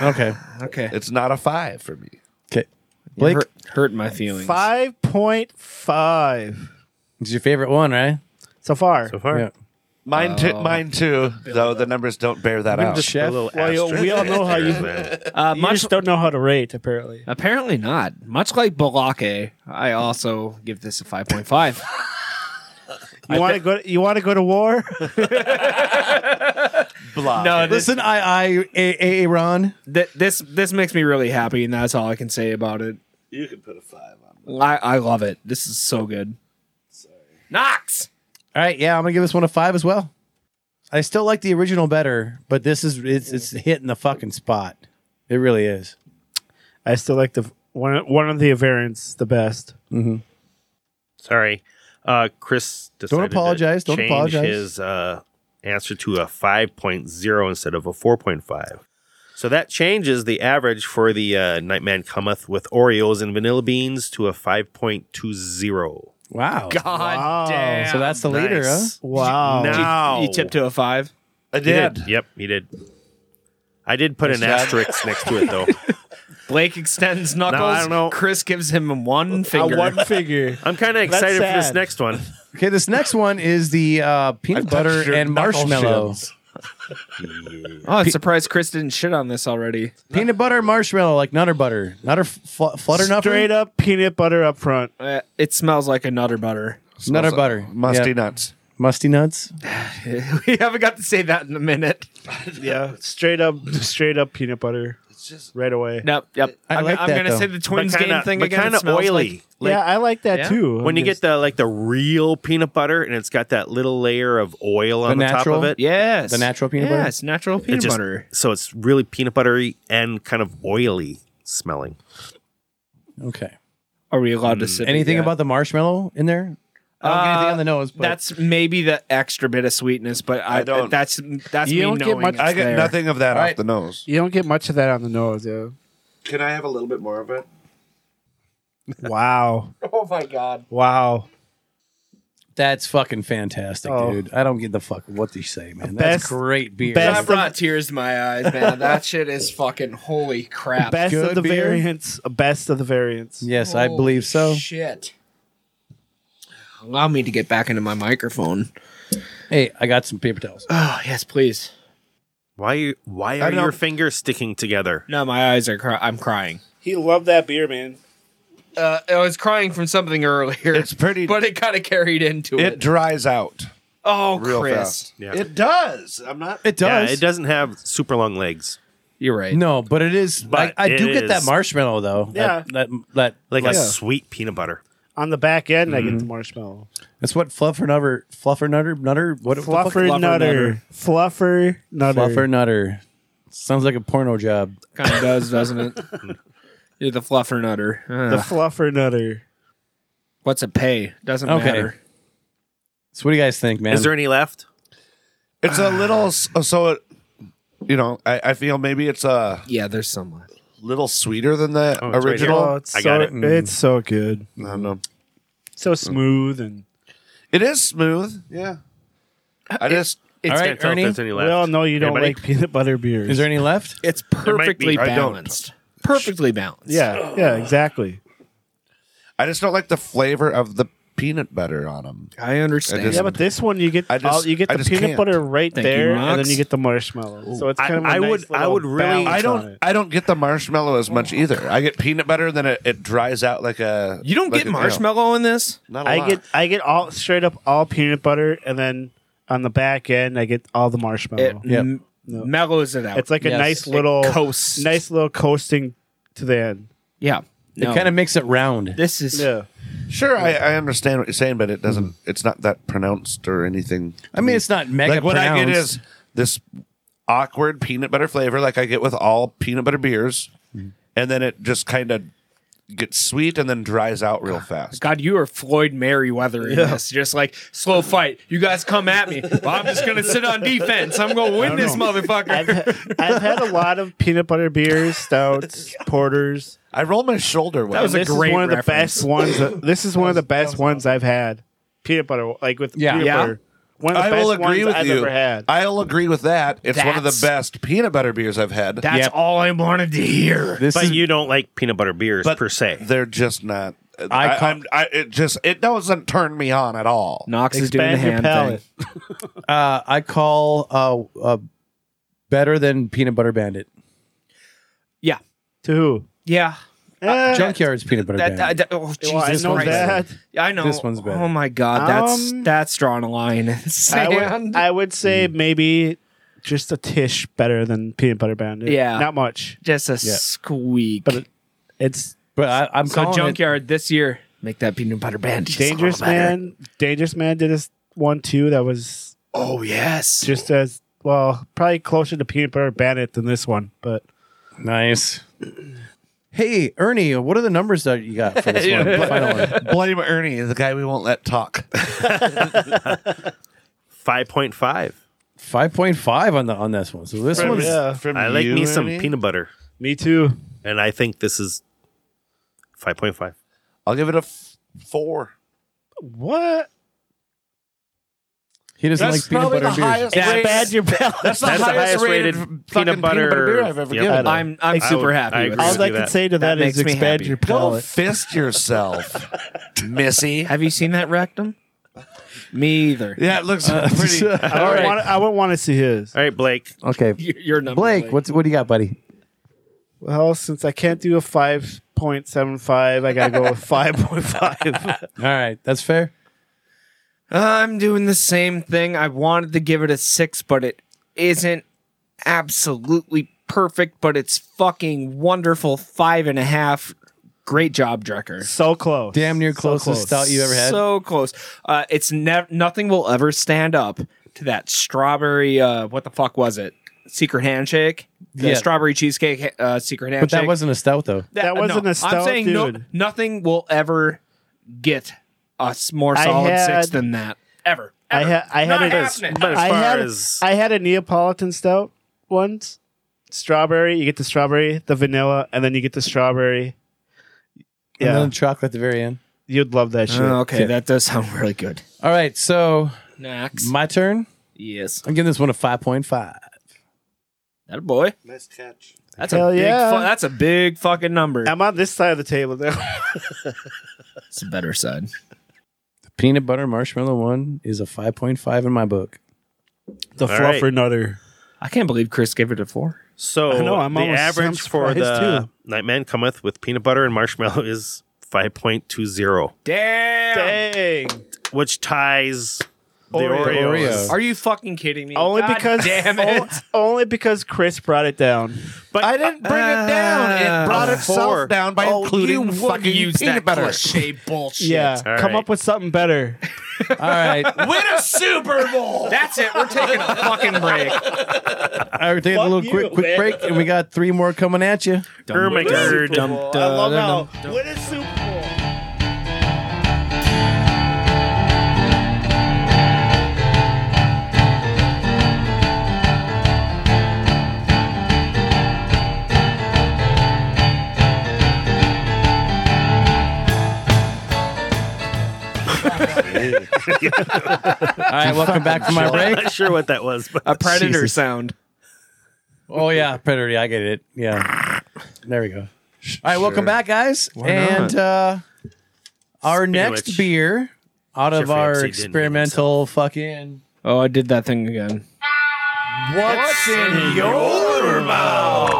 C: okay.
A: Okay.
D: It's not a five for me.
C: Okay, Blake,
A: hurt, hurt my feelings.
E: Five point five
C: it's your favorite one, right?
E: so far.
B: So far,
C: Yeah.
D: Mine, t- mine too. Though the numbers don't bear that out.
C: Chef.
B: a little
E: Well,
B: asterisk
E: we all know how
B: [LAUGHS]
E: you-
B: there.
A: Uh,
E: you
A: much,
E: just don't know how to rate, apparently.
A: apparently not. Much like Balake, I also give this a 5.5.
E: You want to go? You want to go to war? [LAUGHS]
D: Blah.
A: [LAUGHS] no, this,
C: Listen, I, I, a, a, Ron.
A: th- this this makes me really happy, and that's all I can say about it.
D: you can put a five on.
A: I, I love it. This is so good. Knox!
C: All right, yeah, I'm gonna give this one a five as well. I still like the original better, but this is it's it's hitting the fucking spot. It really is.
E: I still like the one. One of the variants the best.
B: Sorry, uh, Chris. decided to
C: apologize, don't
B: change
C: apologize.
B: His uh, answer to a 5.0 instead of a 4.5. So that changes the average for the uh, Nightman Cometh with Oreos and vanilla beans to a 5.20.
C: Wow.
A: God
E: Wow.
A: damn.
C: So that's the leader, huh?
B: Nice.
C: Oh.
E: Wow.
B: Now
A: You tipped to a 5?
D: I
B: He
D: did.
B: did. [LAUGHS] Yep, he did. I did put an
D: job.
B: asterisk next to it though.
A: Blake extends knuckles.
B: I don't know.
A: Chris gives him one finger.
E: [LAUGHS] figure.
B: I'm kind of excited for this
E: sad.
B: next one.
C: Okay, this next one is the uh, peanut butter
D: Textured
C: and
D: knuckle
C: marshmallow.
D: shims.
A: Oh, I'm surprised Chris didn't shit on this already.
C: Peanut butter marshmallow like nutter butter. Nutter fl- flutter nuffer?
E: Straight up peanut butter up front.
A: Uh, it smells like a nutter butter.
C: Nutter butter.
D: Musty
C: Yeah.
D: nuts.
C: Musty nuts.
A: we haven't got to say that in a minute.
E: Yeah, straight up, straight up peanut butter. It's just right away.
A: Nope. Yep.
C: I
A: am
C: like that,
A: gonna
C: though.
A: say the twins
B: kinda-
A: game thing
B: but
A: again. It
B: kinda
A: smells
B: oily.
A: like-
B: Like,
E: yeah, I like that
A: Yeah.
E: too.
B: when you get
E: Just-
B: the like the real peanut butter and it's got that little layer of oil on
C: The
B: the, top of
C: natural?
B: it.
A: yes.
C: The natural peanut
A: yes,
C: butter?
A: Yes, natural
B: It
A: peanut
B: just-
A: butter.
B: So it's really peanut buttery and kind of oily smelling.
C: Okay.
A: Are we allowed to sip it
C: Anything
A: yet?
C: about the marshmallow in there? I don't get anything
A: Uh,
C: on the nose, but
A: That's maybe the extra bit of sweetness, but I,
D: I don't-
A: That's that's
E: You
A: me
E: don't get
A: knowing
E: much-
A: it's
D: I [LAUGHS] get
A: there.
D: nothing of that
C: All
D: off
C: right.
D: the nose.
E: you don't get much of that on the nose, yeah.
D: Can I have a little bit more
C: [LAUGHS]
D: of it?
E: Wow,
A: Oh my god!
E: wow.
C: that's fucking fantastic,
E: Oh.
C: dude. I don't give the fuck what they say, man. That's
E: Best-
C: great beer.
E: best-
A: That brought tears to my eyes, man. That shit is fucking holy crap.
E: Best
C: Good
E: of the
C: beer.
E: variants. Best of the variants.
C: Yes, I believe so.
A: Shit. Allow me to get back into my microphone.
C: Hey, I got some paper towels.
E: Uh,
A: Oh yes, please.
B: Why you why
D: I
B: are
D: don't-
B: your fingers sticking together?
A: No, my eyes are. Cry- I'm crying.
E: He loved that beer, man.
A: Uh, I was crying from something earlier.
D: It's
A: [LAUGHS]
D: pretty-
A: but it kind of carried into it.
D: It dries out
A: oh,
D: real
A: Chris,
D: fast.
B: Yeah.
D: It does. I'm not.
C: It
B: Yeah,
C: does.
B: it doesn't have super long legs.
A: you're right.
C: No, but it is.
B: But
C: I, I
B: it
C: do get that
B: is.
C: marshmallow though.
E: Yeah.
C: That that, that
B: Like a
C: yeah.
B: sweet peanut butter.
E: On the back end, I get the marshmallow.
C: That's what fluffer nutter fluffer nutter nutter what what the fuck?
E: Fluffer nutter. Fluffer nutter.
C: fluffer nutter sounds like a porno job.
A: kind of does, doesn't it? [LAUGHS] You're the fluffer nutter.
E: The
A: Ugh.
E: fluffer nutter.
A: What's it pay? Doesn't
C: Okay.
A: matter.
C: So what do you guys think, man?
B: Is there any left?
D: It's a little. s- uh, So it. You know, I, I feel maybe it's a
A: Yeah, there's some left.
D: little sweeter than the
B: Oh, it's right
D: original.
B: here.
E: it's
B: I got
E: so,
B: it.
E: It's so good.
D: I don't know.
E: So smooth and
D: It is smooth. Yeah. I just.
C: All
B: It's
C: right,
B: can't tell
C: Ernie?
B: if there's any
E: we all
B: left.
E: know you don't
B: Anybody?
E: like peanut butter beers.
C: Is there any left?
A: It's
B: might
A: perfectly
B: be. I
D: don't.
A: balanced. Perfectly balanced.
E: yeah, yeah, exactly.
D: I just don't like the flavor of the peanut butter on them.
A: I understand.
D: It is-
E: Yeah, but this one you get
D: I just-
E: all, you get
D: I
E: the
D: just
E: peanut
D: can't.
E: butter right
A: Thank you,
E: there, and then
A: Mox.
E: you get the marshmallow. So it's
B: I-
E: kind of a
B: I
E: nice
B: would- I
E: little
B: would really-
E: balance
D: I
E: on it.
D: don't. I don't get the marshmallow as much either. I get peanut butter, then it, it dries out like a.
A: you don't
D: like
A: get
D: a-
A: marshmallow in this?
D: Not a
E: I
D: lot.
E: get I get all straight up all peanut butter, and then on the back end I get all the
A: It
E: marshmallow.
C: Yep.
A: m- mellows it out.
E: it's like a
C: Yes.
E: nice
C: It
E: little
A: coasts.
E: nice little coasting to the end.
A: yeah. No.
C: It kind of makes it round.
A: this is
E: Yeah,
D: Sure, I, I understand what you're saying, but it doesn't. It's not that pronounced or anything.
C: I mean, it's not mega.
D: like what I get
C: pronounced.
D: is this awkward peanut butter flavor, like I get with all peanut butter beers, and then it just kind of gets sweet and then dries out real fast.
A: God, you are Floyd Merriweather in this. Just like slow fight. You guys come at me. Well, I'm just gonna sit on defense. I'm gonna win this
E: I've,
A: motherfucker.
E: ha- I've had a lot of peanut butter
A: [LAUGHS]
E: beers, stouts, porters.
D: I roll my shoulder. When
A: That was a
E: this
A: great
E: is one of the
A: reference.
E: best ones. that- this is one of the best ones I've had. Peanut butter, like with
C: Yeah.
E: peanut
A: Yeah.
E: butter. One of the
D: I
E: best
D: will agree
E: ones
D: with
E: I've
D: you.
E: ever had.
D: I'll agree with that. It's one of the
A: That's-
D: best peanut butter beers I've had.
A: That's
C: Yep.
A: all I wanted to hear.
C: this
B: But
C: is
B: you don't like peanut butter beers
D: But
B: per se.
D: They're just not.
C: I
D: I,
C: ca-
D: I'm, I it just it doesn't turn me on at all.
A: Knox is doing the
E: Expand your
A: hand thing.
E: palate.
C: uh, I call uh, uh, better than peanut butter bandit.
A: Yeah.
E: To who?
A: Yeah.
E: Eh,
C: Junkyard's peanut butter
A: That,
C: bandit.
A: that, that- oh, Jesus
E: well, I know
A: Christ.
E: that.
A: Yeah, I know.
C: This one's better.
A: Oh my god, that's
E: Um,
A: that's drawing a line. [LAUGHS] in the
E: [LAUGHS] I
A: sand.
E: would, I would say maybe just a tish better than peanut butter bandit.
A: Yeah.
E: not much.
A: just a squeak.
E: But it- It's
C: but I, I'm
A: so
C: calling it.
A: junkyard this year, make that peanut butter bandit. just a
E: dangerous,
A: little better.
E: man. Dangerous man did this one too. That was
A: Oh yes.
E: just as well, probably closer to peanut butter bandit than this one. But
C: Nice. Hey Ernie, what are the numbers that you got for this one? The final one.
D: Blame Ernie, the guy we won't let talk.
B: Five point five.
C: Five point five on the on this one. So this
E: From-
C: one's
E: yeah.
B: I like
D: you,
B: me some
D: Ernie?
B: peanut butter.
E: me too.
B: And I think this is five point five.
D: I'll give it a f- four.
E: What?
C: he doesn't like peanut butter and beers.
A: Yeah,
D: rated-
A: bad
E: your balance.
D: That's the,
B: That's the
D: highest,
B: highest
D: rated,
B: rated
D: fucking
B: peanut butter-
D: beer I've ever
B: Yep.
D: given.
E: I
A: I'm I'm super
B: would-
A: happy.
B: I
A: with
B: agree
A: this.
B: with
E: All I
B: do
E: can
B: that.
E: say to
A: That
E: that is
A: makes me
E: expand
A: happy.
E: your
D: Don't [LAUGHS]
E: palate.
D: fist yourself, Missy.
A: Have you seen that rectum? Me
C: [LAUGHS]
A: either.
D: Yeah, it looks [LAUGHS] pretty. uh,
E: I don't
B: right.
E: wanna- I wouldn't want to see his.
B: All right, Blake.
C: Okay.
A: Your, your number.
C: Blake, what's what do you got, buddy?
E: Well, since I can't do a five point seven five, I gotta go with five point five.
C: All right, that's fair.
A: I'm doing the same thing. I wanted to give it a six, but it isn't absolutely perfect, but it's fucking wonderful. Five and a half. Great job, Drecker.
E: So close.
C: Damn near
E: So
C: closest
E: close.
C: stout you ever had.
A: So close. Uh, it's never nothing will ever stand up to that strawberry. Uh, what the fuck was it? Secret handshake. The
C: Yeah.
A: strawberry cheesecake. Uh, secret handshake.
C: but that wasn't a stout though.
E: That wasn't a stout,
A: I'm saying no-
E: dude.
A: nothing will ever get us more
E: I
A: solid six
E: had-
A: than that ever.
E: I had I had
A: Not
E: a,
A: happening.
B: But as
E: I
B: far
E: had
B: as
E: I had a Neapolitan stout once. Strawberry, you get the strawberry, the vanilla, and then you get the strawberry.
C: And
E: Yeah,
C: then chocolate at the very end.
E: you'd love that shit.
A: Oh, okay, that does sound really good.
C: All right, so
A: Next,
C: my turn.
A: yes,
C: I'm giving this one a 5.5.
A: that a boy.
D: nice catch.
A: That's
E: Hell
A: a big.
E: yeah.
A: fu- that's a big fucking number.
E: I'm on this side of the table now.
A: It's a better side.
C: The peanut butter marshmallow one is a 5.5 in my book.
E: the
B: All right.
E: fluffer nutter.
A: I can't believe Chris gave it a four.
B: So
E: I know, I'm
B: the
E: almost- I'm
B: average for the
E: surprised,
B: Nightman cometh with peanut butter and marshmallow is 5.20,
A: Damn.
E: Dang.
B: which ties the
E: Oreo.
B: Oreos.
C: Oreo.
A: Are you fucking kidding me?
E: Only
A: God
E: because
A: damn
E: o-
A: it.
E: only because Chris brought it down.
B: But
D: I didn't bring it down. It
C: Ah.
A: Uh,
D: brought
B: uh,
D: itself
B: four.
D: down by including fucking peanut butter. [LAUGHS]
A: cliche bullshit.
E: Yeah.
B: All
E: Come
B: right.
E: up with something better.
C: All right.
A: Win a Super Bowl.
D: [LAUGHS]
A: That's it. We're taking a fucking break.
C: All right, we're taking a little
E: you,
C: quick quick
E: man.
C: break, and we got three more coming at you.
B: Ermagerd.
E: I love how what is Super Bowl.
C: All right, welcome back from my
B: I'm
C: break.
B: not sure what that was, but
A: [LAUGHS]
D: [LAUGHS]
A: A predator
C: Jesus.
A: sound.
C: Oh yeah, predator. Yeah, I get it. Yeah. There we go. All right, welcome back, guys. and uh our
B: Speaking of
C: next
B: which,
C: beer out of
B: Jeffrey
C: our
B: Epstein didn't eat
C: experimental fucking
A: Oh, I did that thing again.
C: what's in
B: your mouth?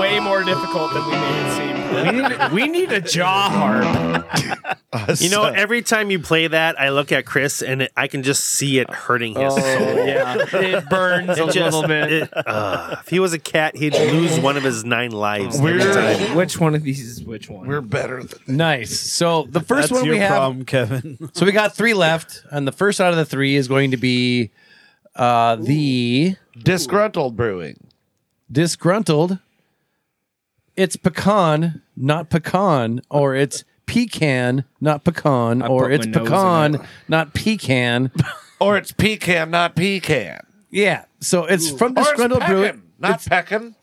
A: Way more difficult than we made it seem. We need, we need a jaw harp.
B: You know, every time you play that, I look at Chris and it, I can just see it hurting
D: Oh.
B: his soul.
A: yeah. It burns
B: [LAUGHS]
A: a
B: Just-
A: little bit.
B: it- uh, if he was a cat, he'd lose one of his nine lives. every time.
A: We're, which one of these is which one?
D: we're better than
C: Nice. So the first
E: That's
C: one
E: your
C: we have
E: problem, Kevin.
C: So we got three left, and the first out of the three is going to be uh, the
D: disgruntled brewing.
C: disgruntled. It's pecan, not pecan, or it's pecan, not pecan, or
A: put
C: it's
A: my nose in
C: pecan,
A: it.
C: not pecan.
D: Or it's pecan, not pecan.
C: yeah. So it's from
D: Or it's
C: disgruntled
D: Peckham,
C: brewing.
D: not Peckham.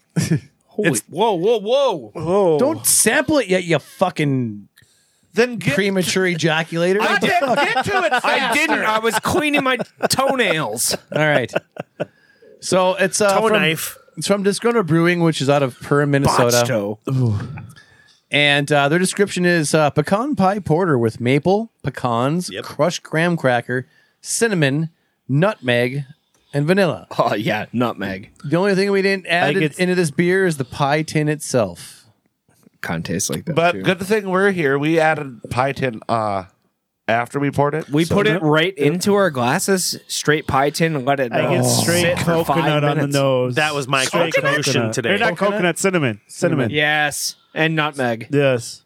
A: Holy, whoa, whoa, whoa.
E: Oh,
C: Don't sample it yet, you fucking
D: Then get,
C: premature ejaculator.
D: I
C: What the
D: didn't
C: fuck?
D: get to [LAUGHS] it.
A: I didn't. I was cleaning my [LAUGHS] toenails.
C: All right. So it's uh,
B: Toe
C: from,
B: knife.
C: It's from Disgruntled Brewing, which is out of Perm, Minnesota.
A: Botchto.
C: And uh, their description is uh, pecan pie porter with maple, pecans,
B: Yep.
C: crushed graham cracker, cinnamon, nutmeg, and vanilla.
A: Oh, yeah. Nutmeg.
C: The only thing we didn't add
E: think it's-
C: into this beer is the pie tin itself.
A: Con tastes like that.
D: But
A: too.
D: good thing we're here. We added pie tin uh, after we poured it.
A: We
D: So-
A: put it right into our glasses, straight pie tin, and let it.
E: I get
A: uh,
E: straight
A: sit for five
E: coconut on the
A: minutes.
E: nose.
B: That was my
E: Straight
B: contribution
E: coconut.
B: today.
E: Or not
C: Coconut?
E: coconut, cinnamon. Cinnamon.
A: Yes, and nutmeg.
E: Yes.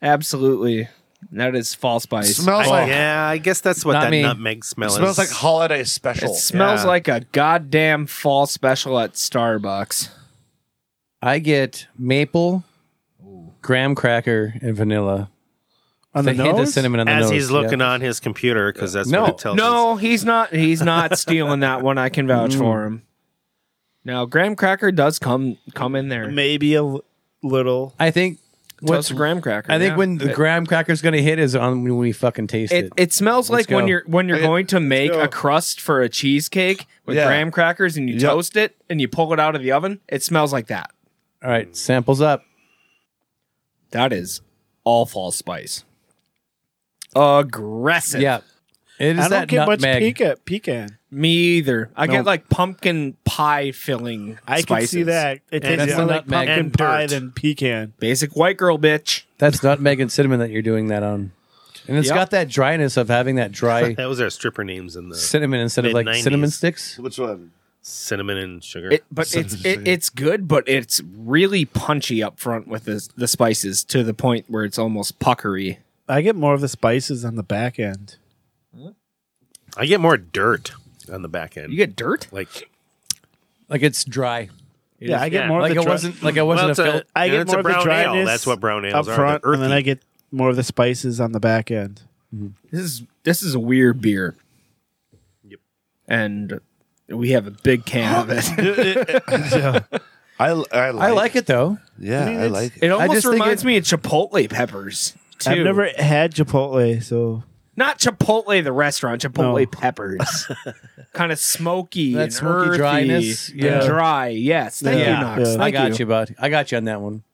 A: Absolutely, that is false spice.
D: smells
B: I-
D: like
B: yeah, I guess that's what
C: Not
B: that
C: me.
B: nutmeg smell
D: it
B: is.
D: smells like holiday
A: it
D: special.
A: smells
B: Yeah.
A: like a goddamn fall special at Starbucks.
C: I get maple, graham cracker, and vanilla.
E: On
C: The
E: the
C: hint of
E: nose.
C: cinnamon on the
B: as
C: nose.
B: he's
C: yeah.
B: looking on his computer because that's
C: No.
B: what it tells us.
A: No, he's not. He's
C: [LAUGHS]
A: not stealing that one. I can vouch
C: Mm.
A: for him. Now, graham cracker does come come in there.
E: Maybe a l- little.
C: I think
A: What's
C: what's
A: a graham cracker?
C: I think
A: yeah.
C: when the
A: It-
C: graham cracker's going to hit is on when we fucking taste it.
A: It, it smells
C: Let's
A: like when
C: go.
A: you're when you're
D: Okay.
A: going to make
E: go.
A: a crust for a cheesecake with
D: Yeah.
A: graham crackers and you
D: Yep.
A: toast it and you pull it out of the oven. It smells like that.
C: All right, samples up.
A: That is all false spice. Aggressive.
C: Yeah. It is
E: I don't
C: that
E: get much
C: nutmeg.
E: pecan. pecan.
A: Me either. I
C: No.
A: get like pumpkin pie filling.
E: I can see
A: spices.
E: that. It tastes
C: that's
E: more
C: the
E: like
C: nutmeg.
E: pumpkin
B: And dirt.
E: pie than pecan.
A: Basic white girl bitch.
C: That's nutmeg and cinnamon that you're doing that on, and it's
A: Yep.
C: got that dryness of having
B: [LAUGHS]
C: that dry
B: That was our stripper names in the
C: cinnamon instead of like cinnamon
B: Mid-nineties.
C: sticks.
D: Which one?
B: cinnamon and sugar.
A: It, but it's it, it's good, but it's really punchy up front with the the spices to the point where it's almost puckery.
E: I get more of the spices on the back end.
B: I get more dirt on the back end.
A: You get dirt.
B: like
C: Like it's dry.
E: yeah, I get more
C: Like
E: of the
C: it
E: dry-
C: wasn't. Like it wasn't
B: Well,
C: a,
B: it's a-
C: fil-
E: I
B: and
E: get
B: it's
E: more
B: a
E: of the
B: brown ale.
E: dryness.
B: That's what brown ales
E: up
B: are. They're
E: front, and then
B: earthy.
E: I get more of the spices on the back end.
A: This is this is a weird beer.
B: Yep.
A: And we have a big can
E: [LAUGHS]
A: of it.
D: I I like,
C: I like it though.
D: Yeah, I,
E: mean, it's-
D: like it.
A: It almost
C: just think
A: reminds
C: it-
A: me of Chipotle peppers. Too.
E: I've never had Chipotle, so
A: not Chipotle the restaurant, Chipotle
E: No. [LAUGHS]
A: peppers. kind of smoky,
C: That
A: and
C: smoky
A: earthy
C: dryness,
A: and
C: yeah.
A: dry. Yes, thank
E: Yeah.
A: you, Knox.
E: Yeah.
A: Thank
C: I got you. bud. I got you on that one.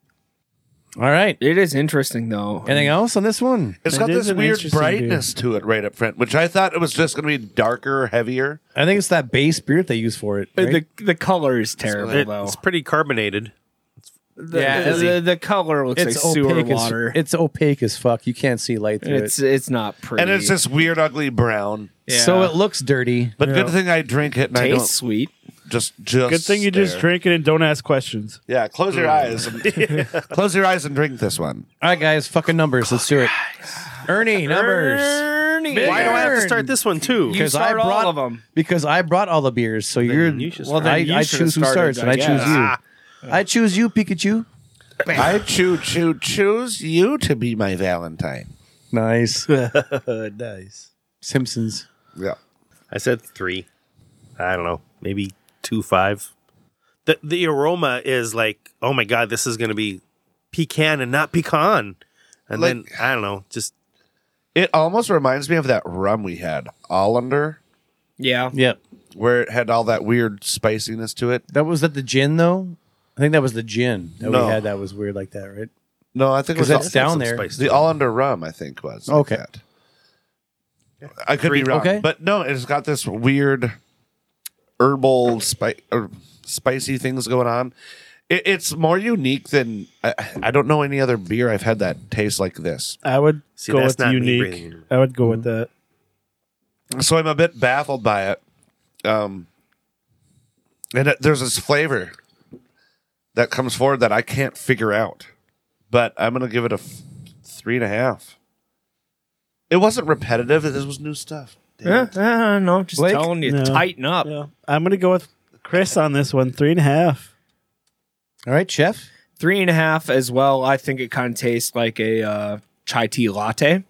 C: All right.
A: It is interesting though.
C: Anything else on this one?
D: It's
E: It
D: got
E: is
D: this
E: an
D: weird
E: interesting
D: brightness to it right up front, which I thought it was just going to be darker, heavier.
C: I think it's that base spirit they use for it.
A: Uh,
C: right?
A: The the color is terrible
B: It-
A: though.
B: it's pretty carbonated.
A: The, yeah, the, the color looks
C: it's
A: like sewer
C: opaque.
A: water.
C: As, it's opaque as fuck. You can't see light through
A: it's
C: it.
A: it's not pretty.
D: And it's this weird, ugly brown.
A: yeah.
C: So it looks dirty.
D: But good thing I drink it and I
A: tastes
D: don't
A: sweet.
D: just just.
E: good thing you just
D: stare.
E: drink it and don't ask questions.
D: Yeah, close your eyes. [LAUGHS] And, close your eyes and drink this one.
C: All right, guys, fucking numbers. Let's do it. Ernie, numbers.
A: Ernie,
B: Why do I have to
C: Burn.
B: start this one too?
A: You
C: I
A: start all
C: brought
A: of 'em.
C: Because I brought all the beers, so you're.
B: you should
C: well,
B: start.
C: then
A: Then you
C: I, I
A: should have
C: choose who
A: started,
C: starts, and
A: I
C: I choose
A: guess.
C: you. I choose you, Pikachu.
D: I choo choo choose you to be my Valentine.
C: Nice.
E: nice.
C: Simpsons.
D: Yeah.
B: I said three. I don't know, maybe two five. The the aroma is like, oh my god, this is gonna be pecan and not pecan. And
D: Like-
B: then I don't know, just
D: It almost reminds me of that rum we had, Olander,
A: Yeah,
C: Yep.
D: where it had all that weird spiciness to it.
C: That was that the gin though. I think that was the gin that
D: No.
C: we had. That was weird like that, right?
D: No, I think it was
C: Because that's
D: all-
C: down
B: some
C: there.
B: spice
D: the
B: to it.
D: Olander rum. I think was like
C: Okay.
D: that. I could be wrong,
C: Okay.
D: but no, it's got this weird herbal spi- or spicy things going on. It, it's more unique than I, I don't know any other beer I've had that tastes like this.
E: I would
B: See,
E: go
B: that's
E: with
B: not me
E: unique.
B: breathing.
E: I would go with that.
D: so I'm a bit baffled by it. Um, and it, there's this flavor that comes forward that I can't figure out, but I'm gonna give it a f- three and a half. It wasn't repetitive. This was new stuff. Damn
A: yeah.
D: it.
A: Uh, no, just
C: Blake?
A: telling you,
E: No.
A: tighten up.
E: Yeah. I'm gonna go with Chris on this one. Three and a half.
C: All right, chef.
A: Three and a half as well. I think it kind of tastes like a uh, chai tea latte.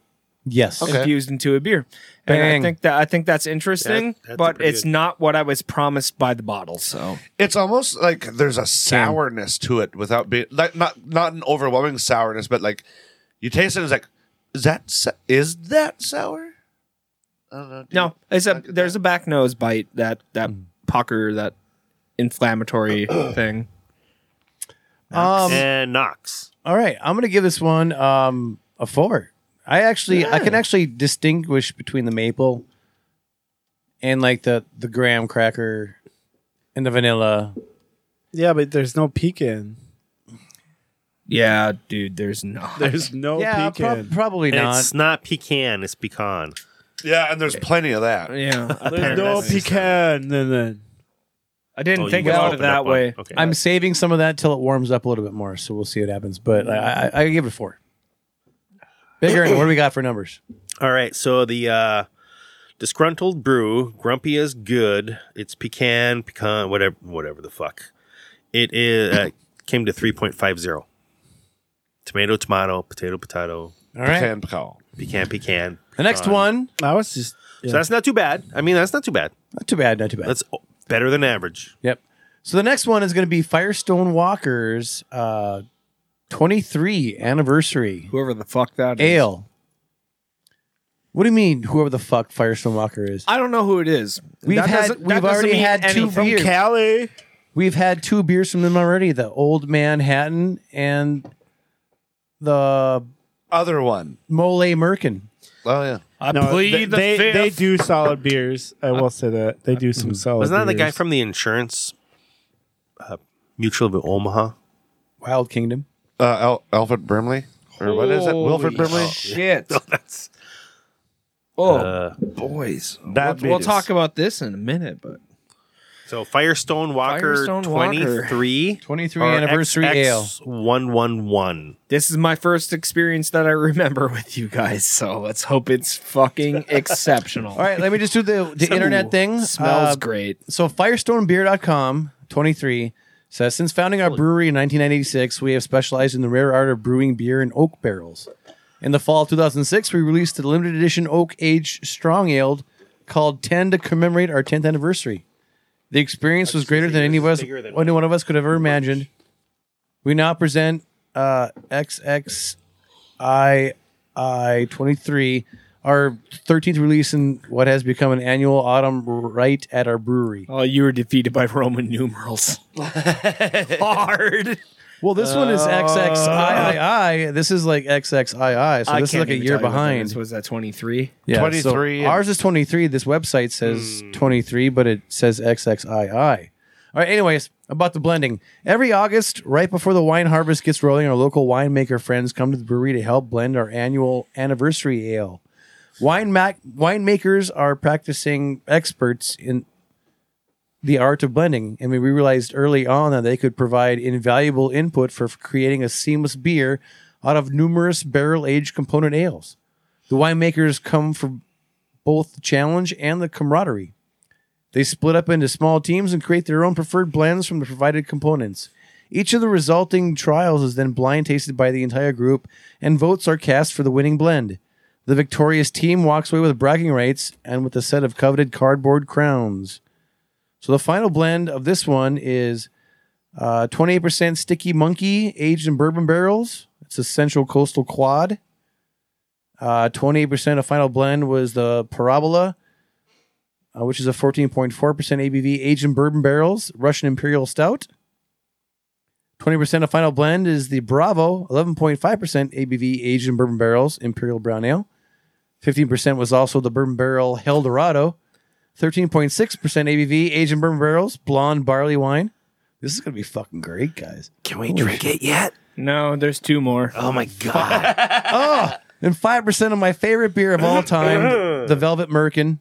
C: Yes.
D: Okay.
A: infused into a beer.
C: Bang.
A: And I think that I think that's interesting,
B: That- that's a
A: but
B: pretty
A: it's
B: good-
A: not what I was promised by the bottle. So
D: It's almost like there's a sourness to it without being like not not an overwhelming sourness, but like you taste it, it's like is that sa- is that sour? I don't know. dude.
A: no, it's a
D: Look at
A: there's a back nose bite that that pucker that inflammatory thing.
C: Um,
B: and Knox.
C: all right, I'm gonna give this one um, a four. I actually I can actually distinguish between the maple and like the the graham cracker and the vanilla.
E: Yeah, but there's no pecan.
A: Yeah, dude, there's not.
E: There's no
C: yeah, prob-
E: Oh, pecan.
C: probably not.
B: It's not pecan, it's pecan.
D: Yeah, and there's plenty of that.
C: [LAUGHS]
A: yeah,
E: there's no
A: apparently.
E: pecan. Then then.
A: I didn't
B: Oh, you
A: think
B: guys
A: about it
B: opened
A: that
B: up one.
A: way.
B: Okay.
C: I'm saving some of that till it warms up a little bit more, so we'll see what happens. But I, I, I give it a four. Bigger. what do we got for numbers?
B: All right, so the uh, disgruntled brew, grumpy is good. It's pecan, pecan, whatever, whatever the fuck. It is uh, [COUGHS] came to three point five zero. Tomato, tomato, potato, potato,
C: All right.
D: Can call.
B: pecan, pecan.
C: The next one.
E: I was just.
B: So that's not too bad. I mean, that's not too bad.
C: Not too bad. Not too bad.
B: That's o- better than average.
C: Yep. So the next one is going to be Firestone Walker's uh, 23 anniversary
A: Whoever the fuck that is.
C: ale. What do you mean, whoever the fuck Firestone Walker is?
A: I don't know who it is.
C: We've
A: That
C: had-
A: doesn't- that
C: we've
A: doesn't
C: already
A: mean
C: had two
A: anything.
C: from Beer.
E: Cali.
C: We've had two beers from them already the Old Manhattan and the
D: other one.
C: Mole Merkin.
D: Oh yeah.
A: I
E: No,
A: plead
E: they,
A: the
E: they,
A: fifth.
E: they do solid beers. I will say that they do some solid.
B: Wasn't that the guy
E: beers.
B: from the insurance uh, mutual of Omaha?
C: Wild Kingdom.
D: Uh, Al- Alfred Brimley or what is it? Wilfred
A: Holy
D: Brimley.
A: Shit.
B: That's
A: Oh,
B: uh,
D: Boys,
A: we'll,
D: that
A: we'll talk about this in a minute, but
B: so Firestone Walker
A: Firestone
B: twenty
A: Walker.
B: three
C: 23 anniversary ale.
B: one one one.
A: this is my first experience that I remember [LAUGHS] with you guys. So let's hope it's fucking exceptional.
C: All right, let me just do the, [LAUGHS] the internet thing.
A: Smells
C: Uh,
A: great.
C: So firestonebeer.com 23 says since founding our brewery in 1986, we have specialized in the rare art of brewing beer in oak barrels. In the fall of 2006, we released a limited edition oak aged strong ale called 10 to commemorate our 10th anniversary. The experience was greater than any of us,
B: bigger than
C: any one of us could have ever imagined. We now present uh, XXII 23, our 13th release in what has become an annual autumn right at our brewery.
A: Oh, you were defeated by Roman numerals. Hard.
C: Well, this one is XXIII. This is like XXII. So
A: I
C: this is
A: can't
C: like a
A: even tell you
C: year
A: what that
C: behind.
A: is. Was that 23?
C: Yeah,
D: 23.
C: So ours is 23. This website says 23, but it says XXII. All right, anyways, about the blending. Every August, right before the wine harvest gets rolling, our local winemaker friends come to the brewery to help blend our annual anniversary ale. Wine mac- winemakers are practicing experts in the art of blending, and we realized early on that they could provide invaluable input for creating a seamless beer out of numerous barrel aged component ales. The winemakers come for both the challenge and the camaraderie. They split up into small teams and create their own preferred blends from the provided components. Each of the resulting trials is then blind tasted by the entire group, and votes are cast for the winning blend. The victorious team walks away with bragging rights and with a set of coveted cardboard crowns. So the final blend of this one is uh, 28% Sticky Monkey, aged in bourbon barrels. It's a Central Coastal Quad. Uh, 28% of final blend was the Parabola, uh, which is a 14.4% ABV aged in bourbon barrels, Russian Imperial Stout. 20% of final blend is the Bravo, 11.5% ABV aged in bourbon barrels, Imperial Brown Ale. 15% was also the bourbon barrel El Dorado, 13.6% ABV aged in bourbon barrels, blonde barley wine. This is going to be fucking great, guys.
B: Can we drink it yet?
A: No, there's two more.
B: Oh my god!
C: And five percent of my favorite beer of all time,
E: [LAUGHS]
C: the Velvet Merkin.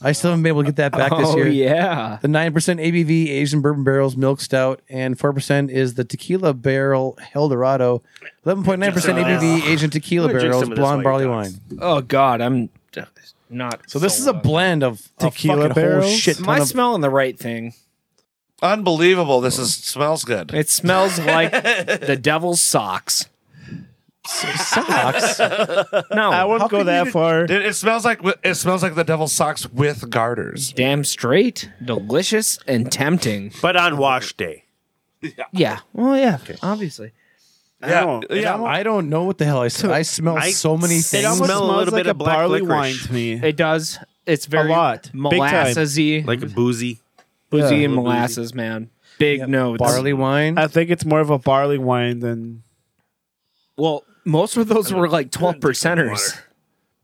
C: I still haven't been able to get that back this
A: oh,
C: year.
A: yeah.
C: The nine percent ABV Asian Bourbon Barrels Milk Stout, and four percent is the Tequila Barrel El Dorado. Eleven point nine percent ABV Asian Tequila
B: I'm gonna drink
C: Barrels
B: some of this
C: Blonde
B: while
C: Barley
B: you
C: Wine.
A: Oh, God. I'm not.
C: So this is a
E: uh,
C: blend of a
E: Tequila
C: fucking whole
E: barrels?
C: Shit
A: Am I
C: ton of,
A: smelling the right thing?
D: Unbelievable. This is smells good.
A: It smells [LAUGHS] like the devil's socks.
C: socks.
A: No,
E: I wouldn't go that far.
D: It, it smells like wi- it smells like the devil's socks with garters.
A: damn straight, delicious, and tempting.
B: but on wash day,
A: Yeah. Well, yeah. Obviously.
D: Yeah, yeah.
C: I don't know what the hell I smell. I smell
B: I
C: so many
B: smell-
E: It
C: things.
E: almost
B: Smell a
E: smells
B: little
E: like
B: bit
E: a
B: of black
E: barley
B: licorice.
E: wine to me.
A: It does. It's very
E: lot. Big time.
A: molassesy,
B: like a boozy.
A: boozy
B: Yeah.
A: and molasses, man. Big notes.
C: barley wine.
E: I think it's more of a barley wine than
A: Well, most of those were like twelve percenters.
B: water.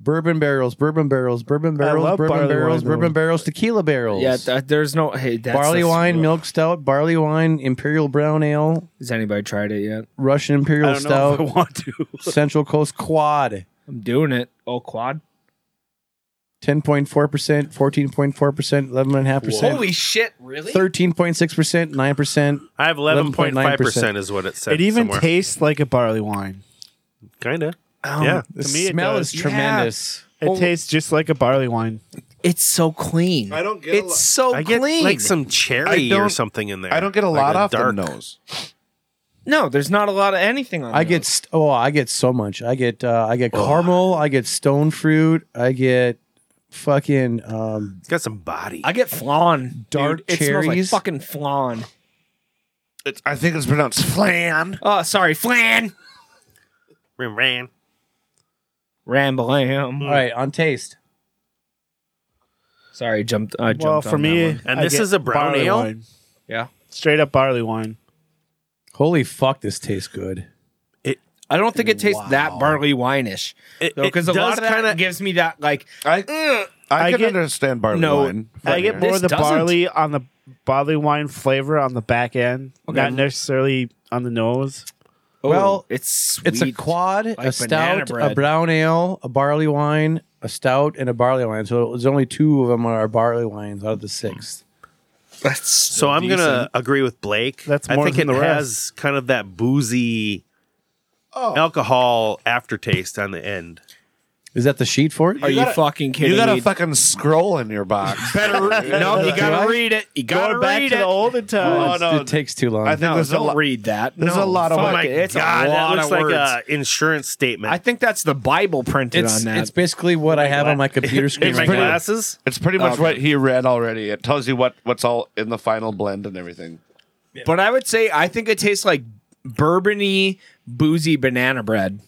C: Bourbon barrels, bourbon barrels, bourbon barrels,
E: love
C: bourbon
E: barley
C: barrels,
E: wine,
C: bourbon
E: though.
C: barrels, tequila barrels.
A: Yeah, th- uh, there's no hey, that's
C: barley
A: that's-
C: wine,
A: ugh.
C: milk stout, barley wine, imperial brown ale,
A: Has anybody tried it yet?
C: Russian
E: I
C: imperial
E: don't know if I
C: stout,
E: want to.
C: Central Coast Quad,
A: I'm doing it. Oh, quad.
C: ten point four percent, fourteen point four percent, eleven and a half percent,
A: shit! Really?
C: thirteen point six percent, nine percent.
B: I have eleven point five
C: 11.9%.
B: percent is what it said.
E: [LAUGHS] It even
B: somewhere.
E: tastes like a barley wine.
B: kinda.
A: Oh,
B: yeah,
C: The
E: To me, it
C: smell
E: does.
C: is tremendous.
E: It tastes just like a barley wine.
A: It's so clean.
D: I don't get a
A: It's
D: lot-
A: so
B: I get
A: clean.
B: like some cherry
D: I
B: or
D: don't-
B: something in there.
D: I don't get a
B: Like
D: lot off
B: dark-
D: the nose.
A: no, there's not a lot of anything on.
C: I get st- oh, I get so much. I get uh, I get caramel. I get stone fruit. I get fucking um,
B: It's got some body.
A: I get flan.
C: Dark
A: dude. It smells like
C: cherries.
A: fucking flan.
D: It's, I think it's pronounced flan.
A: Oh, sorry, flan.
B: Ran, ran.
A: Rambalam.
C: all right on taste.
A: Sorry, jumped. I jumped.
E: Well, for
A: on that
E: me,
A: one.
B: And
E: I
B: this
E: get
B: is a brown
E: barley
B: ale?
E: wine.
A: yeah.
E: straight up barley wine.
C: Holy fuck, this tastes good.
B: It
A: I don't think it tastes that barley wineish.
B: It- it
A: Because a lot
B: does
A: of that
B: kinda-
A: gives me that like
D: I I,
E: I
D: can
E: get-
D: understand barley
A: No.
D: wine.
E: I get
D: Funnier.
E: more of the
A: This doesn't.
E: barley on the barley wine flavor on the back end, not necessarily on the nose.
A: oh,
C: Well,
A: it's sweet.
C: It's a quad, a
A: banana
C: stout, a
A: bread.
C: brown ale, a barley wine, a stout, and a barley wine. So there's only two of them are barley wines out of the six.
A: That's
B: So
A: so
B: I'm gonna agree with Blake.
E: That's
B: I
E: more
B: think
E: than
B: it
E: the rest.
B: has kind of that boozy
D: Oh.
B: alcohol aftertaste on the end.
C: Is that the sheet for it?
A: Are you,
D: gotta-
A: fucking kidding
D: You got
A: me?
D: a fucking scroll in your box.
A: Better re- no, you
C: Do I?
A: gotta read it. You gotta
E: Going back
A: read
E: to
A: it.
E: the olden
D: Oh,
E: times.
C: It's-
D: no.
C: It takes too long.
D: I think
A: no,
D: there's a
A: don't
D: lot.
A: read that.
D: there's
A: no,
D: a lot of
A: fuck
D: work.
A: it. Oh It's
B: God,
A: a lot
B: that looks
A: of
B: like
A: words.
B: an insurance statement.
A: I think that's the Bible printed
C: it's,
A: on that.
C: it's basically what I have on my [LAUGHS] computer screen.
B: in my
C: right now.
B: glasses.
D: It's pretty much
A: Okay.
D: what he read already. It tells you what what's all in the final blend and everything.
A: But I would say I think it tastes like bourbony, boozy banana bread.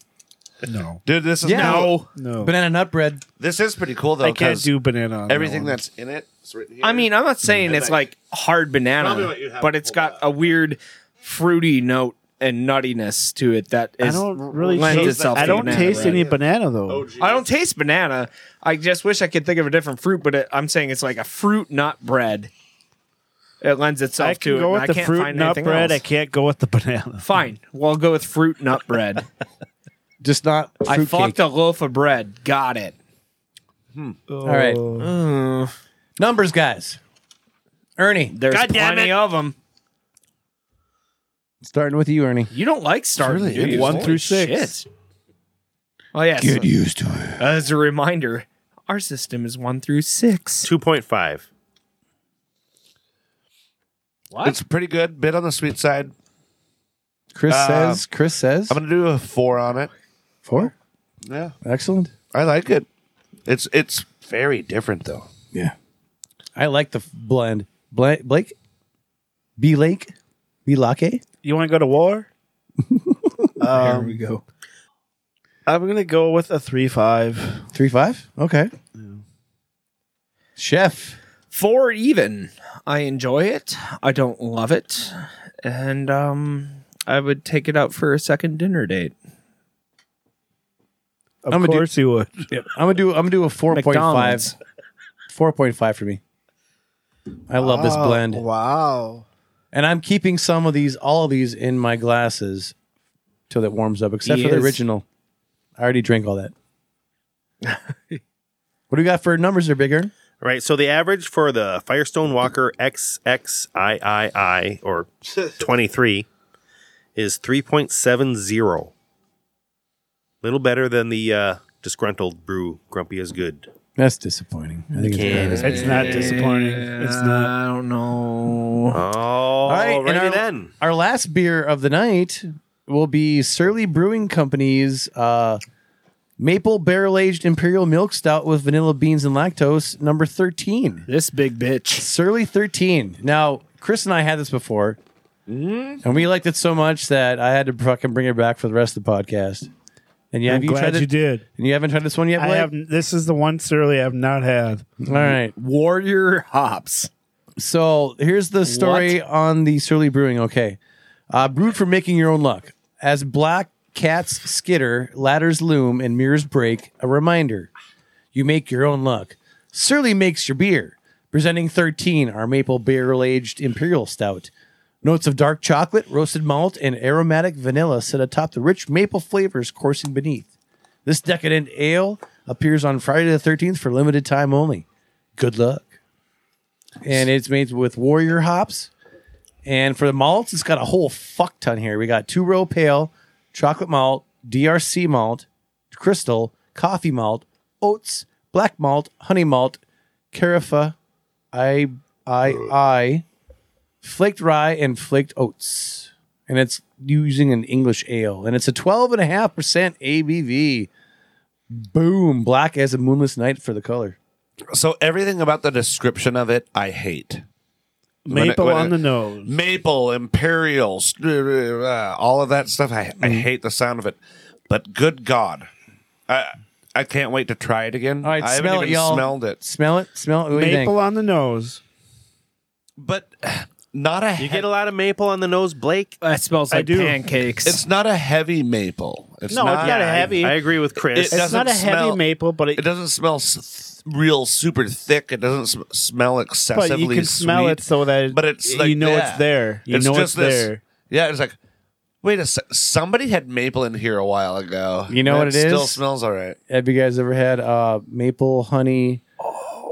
D: Dude, this is
C: Yeah.
D: cool.
A: No,
E: no,
C: Banana nut bread.
D: This is pretty cool though.
E: I can't
D: 'cause
E: do banana. on that
D: everything
E: one.
D: that's in it. It's written here.
A: I mean I'm not saying it's like hard
D: Probably what you'd
A: banana,
D: have
A: but
D: to
A: it's
D: pull
A: got a weird fruity note and nuttiness to it that
E: I
A: is
E: don't really
A: lends
E: taste.
A: itself
E: I
A: to
E: don't
A: banana
E: taste
A: bread.
E: any banana though.
A: I don't taste banana. I just wish I could think of a different fruit, but it, I'm saying it's like a fruit nut bread. It lends itself
E: I
A: to
E: can
A: it. and
E: go with the
A: I can't
E: fruit
A: find
E: nut
A: anything
E: bread. I
A: Else.
E: can't go with the banana.
A: Fine, well, I'll go with fruit nut
E: [LAUGHS]
A: bread.
C: Just not
A: I
C: fruitcake.
A: fucked a loaf of bread. Got it.
E: All
C: right.
E: Mm.
C: Numbers, guys. Ernie,
A: There's
B: God damn
A: plenty
B: it.
A: of them.
C: starting with you, Ernie.
A: You don't like starting
D: really
A: do you?
E: one
A: Holy
E: through six.
A: shit. Oh yeah. so-
C: used to it.
A: as a reminder, our system is one through six.
B: Two point five.
A: What?
D: it's pretty good. Bit on the sweet side.
C: Chris
D: Uh,
C: says. Chris says.
D: I'm gonna do a four on it.
C: four.
D: Yeah,
C: Excellent.
D: I like it. It's it's very different though.
C: Yeah. I like the f- blend. Bla- Blake? B Lake? B Lake?
E: You want to go to war?
C: There we go.
E: I'm gonna go with a three five.
C: Three five? Okay. Chef.
A: Four even. I enjoy it. I don't love it, and um, I would take it out for a second dinner date.
E: Of
C: I'm a dude-
E: course you would.
C: I'm gonna do I'm gonna do a four point five.
A: McDonald's.
C: Four point five for me. I love this blend.
E: Wow.
C: And I'm keeping some of these, all of these in my glasses till it warms up, except
A: He
C: for the
A: is.
C: original. I already drank all that. what do we got for numbers there, Bigger?
B: All right. So the average for the Firestone Walker XXIII
A: [LAUGHS]
B: or twenty three is three point seven zero. Little better than the uh, disgruntled brew. Grumpy is good.
C: That's disappointing. I think
B: Can't.
C: it's
E: It's not disappointing. It's not.
A: I don't know.
B: Oh, all
C: right,
B: right,
C: and our-
B: then.
C: Our last beer of the night will be Surly Brewing Company's uh, Maple Barrel Aged Imperial Milk Stout with Vanilla Beans and Lactose, number 13.
A: This big bitch.
C: Surly 13. Now, Chris and I had this before,
B: Mm-hmm.
C: and we liked it so much that I had to fucking bring it back for the rest of the podcast. And yeah,
E: I'm
C: have you
E: glad
C: tried
E: you,
C: it?
E: did.
C: And you haven't tried this one yet,
E: I
C: Blake?
E: have. This is the one surly I've not had.
C: All right.
A: Warrior hops.
C: So here's the story on the Surly Brewing. Okay. Uh, brewed for making your own luck. As black cats skitter, ladders loom, and mirrors break, a reminder you make your own luck. Surly makes your beer. Presenting 13, our maple barrel aged imperial stout. Notes of dark chocolate, roasted malt, and aromatic vanilla sit atop the rich maple flavors coursing beneath. This decadent ale appears on Friday the 13th for limited time only. Good luck and it's made with warrior hops. And for the malts, it's got a whole fuck ton here. We got two row pale, chocolate malt, DRC malt, crystal, coffee malt, oats, black malt, honey malt, carafa, I I I, flaked rye, and flaked oats. And it's using an English ale. And it's a 12.5% ABV. Boom. Black as a moonless night for the color.
D: So everything about the description of it, I hate. When it-
E: Maple
D: when
E: on
D: it-
E: the nose.
D: Maple, imperial, st- uh, all of that stuff. I,
E: Mm-hmm.
D: I hate the sound of it. But good God, I I can't wait to try it again.
C: All right,
D: I haven't
C: smell it,
D: even
C: y'all.
D: smelled it.
C: Smell it. Smell it. What do you think?
E: Maple on the nose.
D: But [SIGHS] not a,
B: You
D: he-
B: get a lot of maple on the nose, Blake.
A: That smells
E: I
A: like
E: do.
A: pancakes.
D: it's not a heavy maple. It's
E: No, it's
D: not,
E: not a heavy.
B: I agree with Chris.
D: It
E: it's
D: doesn't
E: not a heavy
D: smell-
E: maple, but it,
D: It doesn't smell s- th- real super thick. It doesn't sm- smell excessively
E: but you can smell
D: sweet,
E: it so that
D: but it's
E: you
D: like
E: know
D: that.
E: it's there. You know it's
D: this-
E: there.
D: Yeah, it's like, wait a sec. Somebody had maple in here a while ago.
C: You know
D: That
C: what it
D: Still
C: is?
D: smells all right.
C: Have you guys ever had uh, maple honey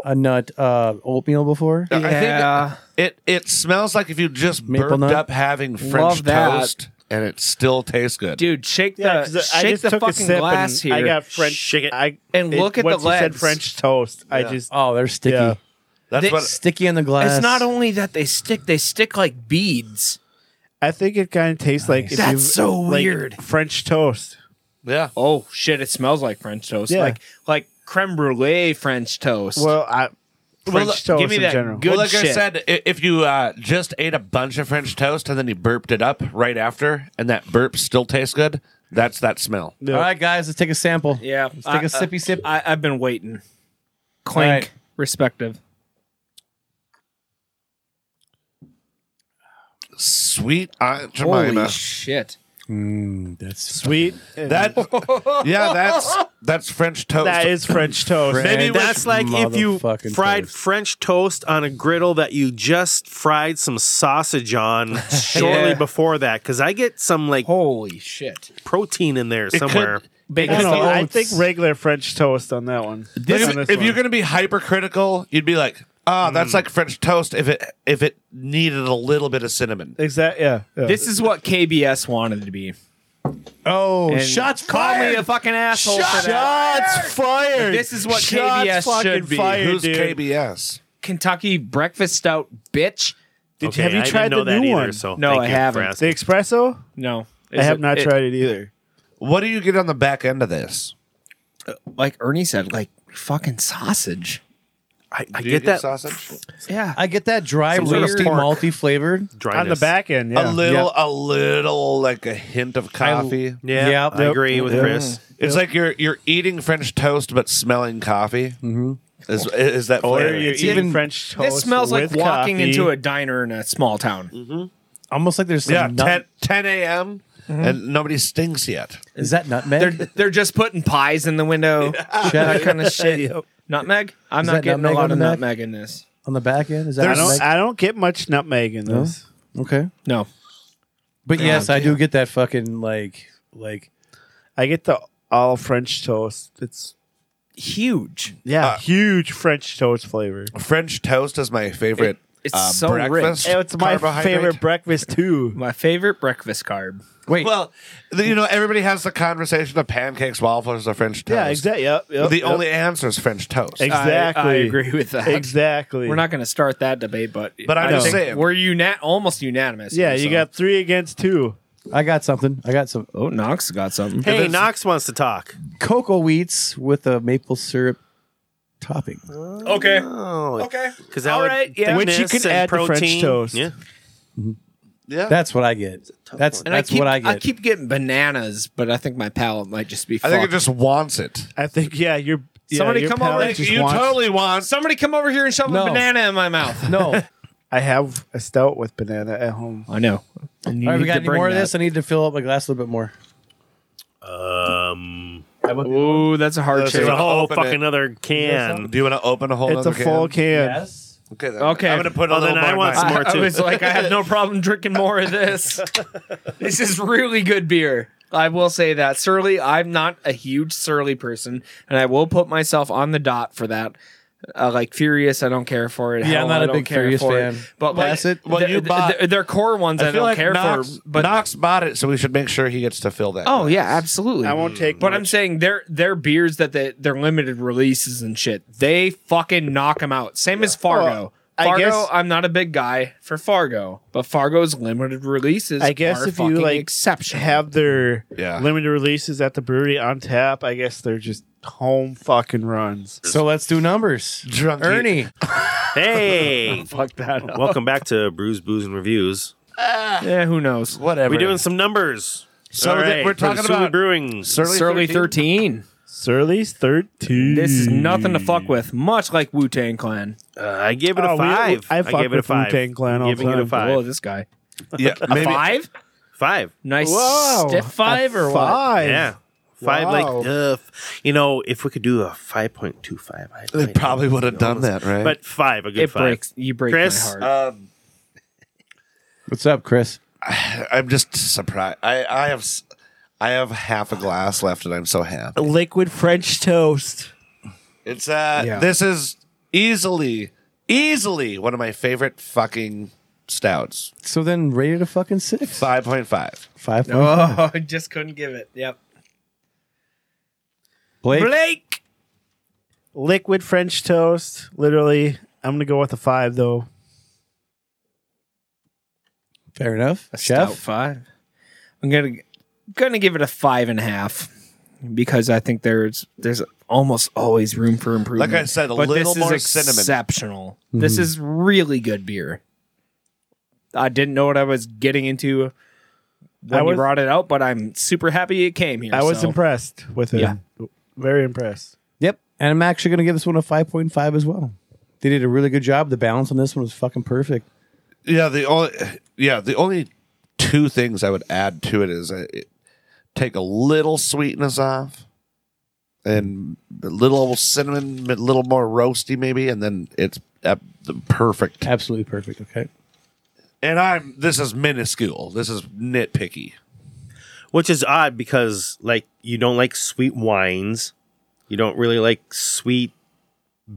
C: a nut uh, oatmeal before?
D: I think-
A: yeah.
D: It it smells like if you just
C: Maple
D: burped
C: nut?
D: up having
A: Love
D: French
A: that.
D: toast, and it still tastes good.
A: Dude, shake the
E: 'cause I
A: shake
E: just
A: the
E: took a
A: fucking
E: sip
A: glass
E: and
A: here.
E: I got French.
B: Shake it.
E: I,
A: And look at the
E: once you said
A: legs.
E: French toast. I
D: Yeah.
E: just
C: Oh, they're sticky.
E: Yeah.
D: That's
A: They-
D: what
C: Sticky in the glass.
A: it's not only that they stick; they stick like beads.
E: I think it kind of tastes like if
A: That's
E: you-
A: so
E: like
A: weird.
E: French toast.
D: yeah.
A: Oh shit! It smells like French toast,
E: Yeah.
A: like like creme brulee French toast.
E: Well, I, French
D: Well,
E: toast
D: give
A: me
E: in
A: that
E: general.
A: good-
D: well, like I
A: shit.
D: said, i- if you uh, just ate a bunch of French toast and then you burped it up right after, and that burp still tastes good, that's that smell.
E: Yeah.
C: All right, guys, let's take a sample.
A: yeah,
C: Let's
A: I-
C: take a
A: I-
C: sippy sip.
A: I, I've been waiting. Clink,
C: Alright.
A: respective.
D: Sweet Aunt
A: Holy
D: Jemima.
A: shit!
C: Mm, that's
E: sweet. and
D: that yeah,
E: [LAUGHS]
D: that's that's French toast.
E: that is French toast.
B: Maybe
C: French
B: that's like if you
C: motherfucking
B: fried
C: toast.
B: French toast on a griddle that you just fried some sausage on shortly
A: Yeah.
B: before that, because I get some like
A: Holy shit!
B: protein in there somewhere.
E: I,
A: Bacon
E: don't know, I
A: oats.
E: think regular French toast on that one.
D: Like,
E: on
D: if,
E: this
D: if you're
E: one. Mm.
D: gonna be hypercritical, you'd be like, ah, that's like French toast if it if it needed a little bit of cinnamon.
E: exact, yeah, yeah.
A: this is what KBS wanted to be.
C: oh,
A: And
C: shots
A: Call me
C: fired.
A: a fucking asshole for that.
E: shots fired.
A: This is what
E: Shots
A: KBS should
E: fucking
A: be.
E: Fired,
D: Who's
E: dude.
D: KBS?
A: Kentucky breakfast stout, bitch.
E: Did,
B: Okay,
E: have
B: I
E: you
B: didn't
E: tried
B: know
E: the
B: that
E: new
B: either,
E: one?
B: So
A: No,
B: thank
A: I
B: you for
A: haven't.
E: the
B: asking.
E: espresso?
A: No,
E: I
A: Is
E: have
A: it-
E: not
A: it-
E: tried it either.
D: What do you get on the back end of this?
A: Like Ernie said, like fucking sausage.
B: I, I
D: Do
B: get,
D: you
B: that
D: sausage.
A: Yeah,
C: I get that dry,
B: Some sort of
C: weird,
B: pork.
C: malty flavored.
B: dryness.
E: On the back end,
D: a
E: yeah.
D: little, a little, like a hint of coffee.
B: Yeah,
C: Yep.
B: I agree with
C: Yep.
B: Chris.
D: It's like you're you're eating French toast but smelling coffee. Mm-hmm. Is is that
E: Or
D: flavor?
E: you're
C: It's
E: eating
C: even-
E: French toast.
A: this smells like
E: with
A: walking
E: coffee.
A: into a diner in a small town.
C: Almost like there's some
D: yeah,
C: nut.
D: 10, 10 a.m.
E: Mm-hmm.
D: and nobody stinks yet.
C: Is that nutmeg?
A: They're just putting pies in the window, that kind of shit. Nutmeg? I'm
C: Is
A: not
C: that
A: getting a
C: nutmeg
A: lot
C: on
A: of
C: the back?
A: nutmeg in this.
C: on the back end? Is
E: I
C: that
E: don't.
C: nutmeg?
E: I don't get much nutmeg in this.
C: okay.
A: No,
C: But yes, I do get that fucking like like
E: I get the all French toast. It's
A: huge.
E: yeah, huge French toast flavor.
D: French toast is my favorite.
A: It- it's
D: uh,
A: so rich.
D: breakfast
E: It's my
D: carbohydrate.
E: favorite breakfast too.
A: My favorite breakfast carb.
C: wait.
D: Well, the- you know, everybody has the conversation of pancakes, waffles, or French toast.
E: Yeah, exactly. Yep, yep,
D: The
E: yep.
D: only answer is French toast.
E: Ex-
A: I-
E: Exactly.
A: I, agree with that.
E: exactly.
A: We're not going to start that debate, but
D: But I'm
A: I
D: just
A: think
D: saying.
A: we're una- almost unanimous.
E: Yeah,
A: here,
E: you
A: so.
E: got three against two.
C: I got something. I got some
A: Oh, Knox got something.
B: Hey, Knox wants to talk.
C: cocoa wheats with a maple syrup topping.
A: Okay.
B: Oh,
A: Okay.
B: Because that
A: All
B: would
A: right, yeah.
E: Which you
B: thickness
E: could
B: and
E: add to French
B: protein.
E: toast.
B: Yeah,
D: yeah.
C: That's what I get. That's
A: And
C: that's
A: I keep,
C: what I get.
A: keep getting bananas, but I think my palate might just be.
D: I think it
A: fucked.
D: just wants it.
E: I think. Yeah, you're. yeah,
A: Somebody
E: your
A: come over
E: palate
A: and
E: just
D: you
E: wants-
D: totally want some.
A: Somebody come over here and shove
C: No.
A: a banana in my mouth.
C: no.
E: I have a stout with banana at home.
A: [LAUGHS] I know.
C: All right, we got any more of this? I need to fill up my glass a little bit more.
A: Ooh, that's a hard
D: That's
A: shake.
B: there's a whole
D: Open
B: fucking
D: it.
B: other can.
D: Do you want to open a whole?
E: It's a
D: other
E: full
D: Can?
E: can.
C: Yes.
D: Okay. then.
A: Okay.
D: I'm gonna put a
B: Oh,
D: little
B: then I
D: more
B: want
D: in mine.
B: [LAUGHS] some more
A: I [LAUGHS]
B: too.
A: was like, I have no problem drinking more of this. [LAUGHS] this is really good beer. I will say that. Surly, I'm not a huge surly person, and I will put myself on the dot for that. Uh, like Furious, I don't care for it.
C: Yeah,
A: Hell,
C: I'm not
A: I
C: a
A: don't
C: big
A: care
C: Furious
A: for
C: fan.
A: It. But like,
C: Bless it.
D: Well, you
A: th-
D: bought-
A: th- their core ones I,
D: I feel
A: don't
D: like
A: care
D: Knox,
A: for. But
D: Knox bought it, so we should make sure he gets to fill that.
A: oh yeah, absolutely.
E: I won't take.
A: But
E: much.
A: I'm saying their their beers that they, their limited releases and shit, they fucking knock them out. Same as Fargo.
E: Well, I
A: Fargo,
E: guess-
A: I'm not a big guy for Fargo, but Fargo's limited releases.
E: I guess
A: are
E: if you
A: fucking
E: like
A: exceptional.
E: have their
D: Yeah.
E: limited releases at the brewery on tap, I guess they're just home fucking runs.
C: So let's do numbers.
D: Drunk
C: Ernie.
B: Hey,
E: Fuck that. Up.
B: welcome back to Brews, Booze, and Reviews.
A: yeah, who knows?
D: whatever.
B: We're doing some numbers.
D: So
B: All
D: that-
B: right,
D: we're
B: for the
D: talking
B: Sulu
D: about-
B: brewing.
D: Surly,
A: Surly 13.
E: Surly's 13.
A: This is nothing to fuck with, much like Wu Tang Clan.
B: Uh, I gave it a
E: Oh, we- we-
B: five.
E: I
B: I,
E: fuck
B: gave it a
E: with
B: five.
E: Wu-Tang Clan all
B: giving it
E: the
B: a
E: time.
B: five.
A: Whoa, this guy. [LAUGHS]
D: Yeah, maybe
A: Five?
B: Five.
A: Nice
E: Whoa.
A: stiff five or what?
E: Five.
B: Yeah. Five,
E: Wow.
B: like, uh, f- you know, if we could do a 5.25, I
D: they
B: might-
D: probably would have done that, right?
B: But five, a good
A: It
B: five.
A: breaks. You break
B: Chris,
A: my heart.
D: um,
C: What's up, Chris?
D: I'm just surprised. I I have s- I have half a glass left, and I'm so happy.
E: Liquid French toast.
D: It's uh,
A: Yeah.
D: this is easily easily one of my favorite fucking stouts.
C: So then rate it a fucking six.
D: Five point five.
C: Five.
A: oh, [LAUGHS] I just couldn't give it. Yep.
C: Blake.
A: Blake.
E: Liquid French toast. Literally, I'm going to go with a five, though.
C: Fair enough.
A: A stout
C: Chef.
A: five. I'm gonna gonna give it a five and a half because I think there's there's almost always room for improvement.
D: Like I said, a
A: but
D: little
A: this
D: more
A: is
D: cinnamon.
A: exceptional. This is really good beer. I didn't know what I was getting into when
E: I
A: you
E: was-
A: brought it out, but I'm super happy it came here.
E: I was
A: so.
E: impressed with it.
A: Yeah.
E: Very impressed.
C: Yep. And I'm actually going to give this one a 5.5 as well. They did a really good job. The balance on this one was fucking perfect.
D: Yeah, the only yeah the only two things I would add to it is uh, it, take a little sweetness off, and a little cinnamon, a little more roasty maybe, and then it's uh, the perfect.
C: Absolutely perfect. Okay.
D: And I'm this is minuscule. This is nitpicky.
B: Which is odd because, like, you don't like sweet wines. You don't really like sweet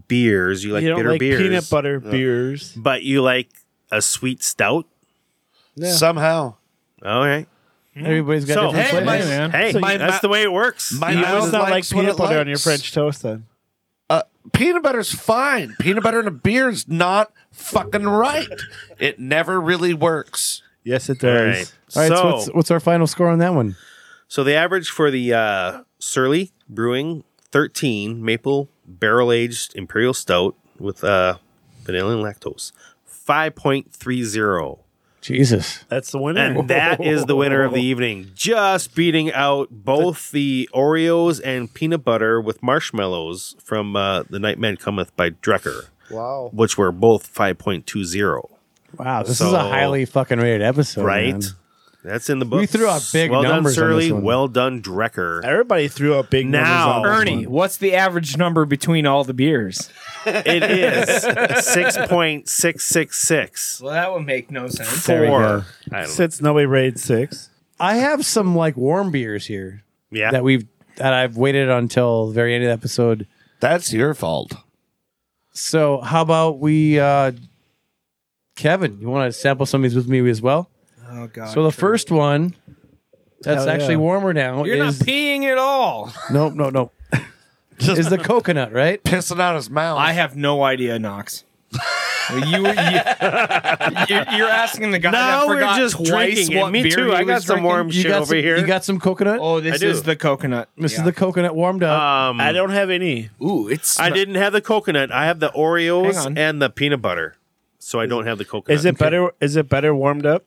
B: beers. You like
E: you don't
B: bitter
E: like
B: beers.
E: peanut butter beers.
B: But you like a sweet stout.
C: Yeah.
D: Somehow,
B: All right.
C: Mm-hmm. Everybody's got
B: So,
C: different
A: hey,
C: flavors.
A: my- man.
B: Hey,
E: So you-
B: that's the way it works.
D: My
E: You
D: mouth
E: must not like
D: likes what
E: peanut
D: it
E: butter on your
D: likes.
E: French toast, then.
D: Uh, peanut butter's fine. Peanut butter in a beer is not fucking right. It never really works.
E: Yes, it
B: All
E: does.
B: right.
C: All right. So,
B: so,
C: what's, what's our final score on that one?
B: so the average for the uh, Surly Brewing 13 maple barrel aged imperial stout with uh, vanilla and lactose 5.30.
C: Jesus.
E: That's the winner.
B: And that is the winner
E: [LAUGHS]
B: of the evening, just beating out both the Oreos and peanut butter with marshmallows from uh, The Nightman Cometh by Drecker,
E: wow.
B: which were both 5.20.
C: Wow. This is
B: So-
C: a highly fucking rated episode.
B: Right?
C: Oh, man.
B: That's in the book.
C: threw out big
B: well
C: numbers on
B: done,
C: this
B: Surly.
C: one.
B: Well done, [LAUGHS] Drecker.
E: Everybody threw up big numbers
B: Now,
E: on this
A: Ernie,
E: one.
A: what's the average number between all the beers?
B: It is 6.666.
A: Well, that would make no sense.
C: There we
B: Four.
C: go.
B: I don't know.
E: Since nobody rated six.
C: I have some like warm beers here
B: Yeah.
C: that we've that I've waited until the very end of the episode.
D: That's your fault.
C: So how about we, uh Kevin? You want to sample some of these with me as well?
A: Oh god.
C: So the first one that's
E: Uh, Hell yeah.
C: actually warmer now.
A: You're
C: is,
A: not peeing at all.
C: no, no, no.
D: Just
C: [LAUGHS] Is the coconut right?
D: pissing out his mouth.
A: I have no idea, Knox. you, you, you, are asking the guy that
B: now we're
A: forgot
B: just
A: twice
B: drinking it.
A: what
B: Me
A: beer
B: too.
A: he
B: I got
A: was
B: some
A: drinking.
B: warm shit over
C: some,
B: here.
C: You got some coconut.
A: Oh,
B: I
A: this
B: do.
A: is the coconut.
C: this
A: Yeah. Uh,
C: is the coconut warmed up.
D: Mm.
B: um,
E: I don't have any.
A: Ooh, it's.
B: I didn't have the coconut. I have the Oreos
A: on.
B: and the peanut butter. So I don't have the coconut.
E: Is it better? Is it better warmed up?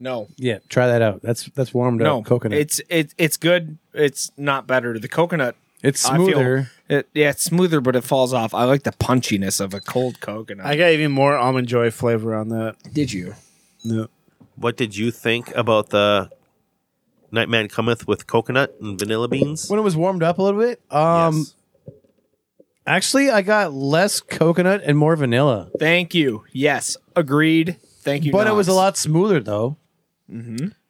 A: No,
C: yeah, try that out. That's that's warmed
A: no
C: up coconut.
A: It's it, it's good. It's not better. The coconut.
C: it's
A: I feel-
C: smoother.
A: It, yeah, it's smoother, but it falls off. I like the punchiness of a cold coconut.
E: I got even more almond joy flavor on that.
A: did you?
E: No.
B: What did you think about the Nightman Cometh with coconut and vanilla beans?
C: when it was warmed up a little bit. Um,
B: Yes.
C: actually, I got less coconut and more vanilla,
A: Thank you. Yes, agreed. Thank you.
C: but it was a
A: Knox.
C: lot smoother though.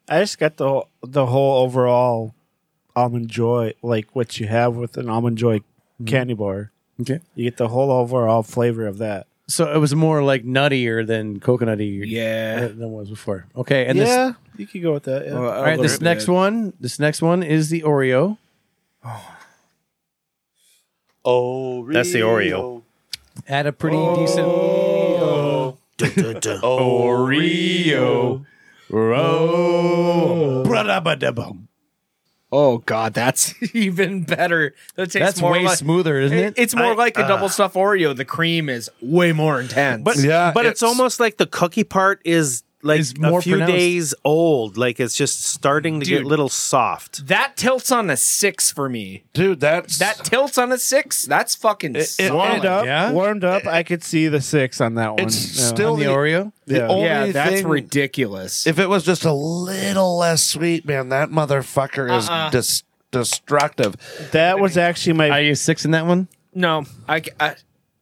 E: I just got the whole, the whole overall almond joy, like what you have with an almond joy candy bar.
C: Mm-hmm. Okay,
E: You get the whole overall flavor of that.
C: so it was more like nuttier than coconutty.
A: Yeah.
C: than it was before. Okay, and this.
E: you could go with that. Yeah.
A: Well, a
C: All right, this
A: little
C: next
A: bit.
C: one. This next one is the Oreo.
D: oh,
B: That's the Oreo.
C: Had a pretty decent.
B: [LAUGHS]
C: Oreo. Bra-da-ba-da-bum.
A: Oh God, that's [LAUGHS] even better. That tastes
C: That's
A: more
C: way
A: like,
C: smoother, isn't it?
A: It's more
B: I-
A: like a
B: uh,
A: double stuff Oreo. The cream is way more intense.
B: But
D: Yeah,
B: [LAUGHS] but it's,
D: it's-
B: almost like the cookie part is like
C: It's
B: a
C: more
B: few
C: pronounced.
B: days old. Like it's just starting to get
A: Dude.
B: little soft.
A: That tilts on a six for me.
D: dude. That's
A: That tilts on a six. That's fucking
D: it-
A: solid.
E: warmed up.
C: yeah?
E: Warmed up. I could see the six on that one.
D: It's
E: Yeah.
D: still
C: on the
D: the-
C: Oreo.
D: the
E: Yeah.
D: only
A: yeah, that's
D: thing-
A: ridiculous.
D: If it was just a little less sweet, man, that motherfucker is
A: Uh-uh.
D: dis- destructive.
E: that was actually my.
C: Are you six in that one?
A: no, I, c- I-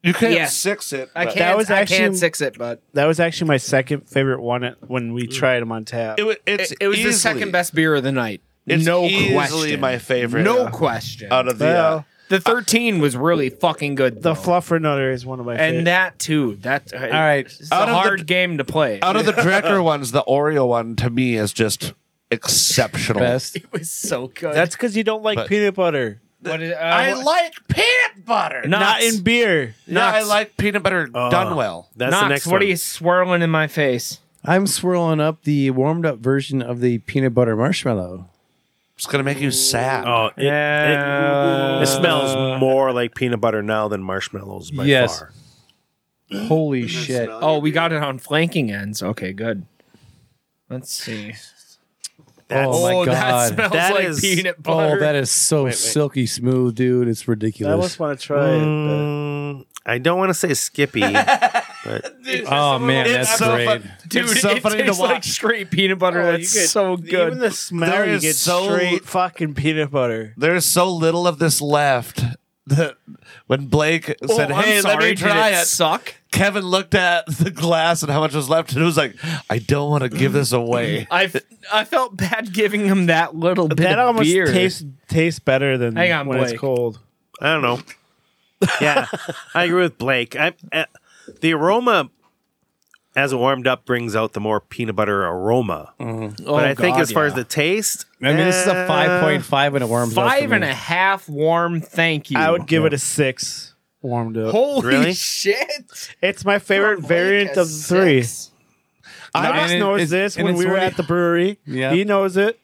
D: You can't
A: Yeah.
D: six it.
A: I
D: but-
A: can't.
E: was
A: I
E: actually-
A: can't six it, but
E: that was actually my second favorite one at, when we tried them on tap.
D: Mm. It, wa- it's
A: it, it was the
D: easily-
A: second best beer of the night.
D: It's
A: no
D: easily
A: question.
D: my favorite,
A: No
D: yeah.
A: question.
D: out of the. uh,
E: well,
A: the thirteen was really fucking good.
E: the
A: Though.
E: fluffernutter is one of my.
A: and
E: favorite.
A: that too. That all
C: right.
A: It's
D: Out
A: a
D: of the-
A: hard game to play.
D: uh, out of the Drecker ones, the Oreo one to me is just exceptional.
C: Best.
A: it was so good.
E: that's because you don't like
D: But-
E: peanut butter.
A: what it, uh,
D: I
A: what-
D: like peanut butter.
A: Nuts.
E: Not in beer.
D: Yeah, I
A: Nuts.
D: like peanut butter done well.
B: That's
A: Knox,
B: the next
A: what
B: one.
A: are you swirling in my face?
C: I'm swirling up the warmed up version of the peanut butter marshmallow.
D: It's gonna make you sad.
B: oh, it,
A: Yeah.
C: Uh,
B: it, it smells more like peanut butter now than marshmallows by
C: Yes.
B: far.
C: Holy shit.
A: Oh, we got it on flanking ends. Okay, good. Let's see.
B: That's,
C: Oh my God.
A: that smells
B: That
A: like
B: is-
A: peanut butter.
C: Oh, that is so silky smooth, dude. It's
E: I
C: ridiculous.
E: almost want to try it.
B: Mm, I don't want to say [LAUGHS] Skippy.
A: [LAUGHS]
C: oh man, that's
D: so
C: great.
D: fun-
A: Dude,
D: it's so
A: it
D: funny to
A: tastes like
D: watch.
A: straight peanut butter.
E: Oh,
A: That's
E: you could-
A: so
E: but
A: good.
E: Even the smell,
D: There
E: you
D: is
E: get
D: so-
E: straight fucking peanut butter.
D: There's so little of this left that when Blake said,
A: Oh, I'm
D: "Hey, let
A: sorry,
D: me
A: did
D: try it,"
A: Suck.
D: Kevin looked at the glass and how much was left, and it was like, "I don't want to give this away."
A: I f- I felt bad giving him that little bit.
E: That
A: of
E: almost
A: beer.
E: tastes tastes better than
A: Hang on,
E: when
A: Blake.
E: it's cold.
B: I don't know. Yeah, I agree with Blake. I, uh, the aroma as it warmed up brings out the more peanut butter aroma.
C: Mm.
A: Oh,
B: but I think
A: God,
B: as far
A: yeah.
B: as the taste,
C: I mean, this is a
B: eh,
C: five point five when it warms up.
A: five and a half warm. Thank you.
E: I would give it a six. Warmed up.
A: Holy
B: Really?
A: shit!
E: It's my favorite
A: Blake,
E: variant
A: a
E: of the three.
A: six.
E: Alex
C: And it-
E: knows
C: it's-
E: this
C: and
E: when
C: it's
E: we were
C: only-
E: at the brewery.
C: Yeah.
E: he knows it.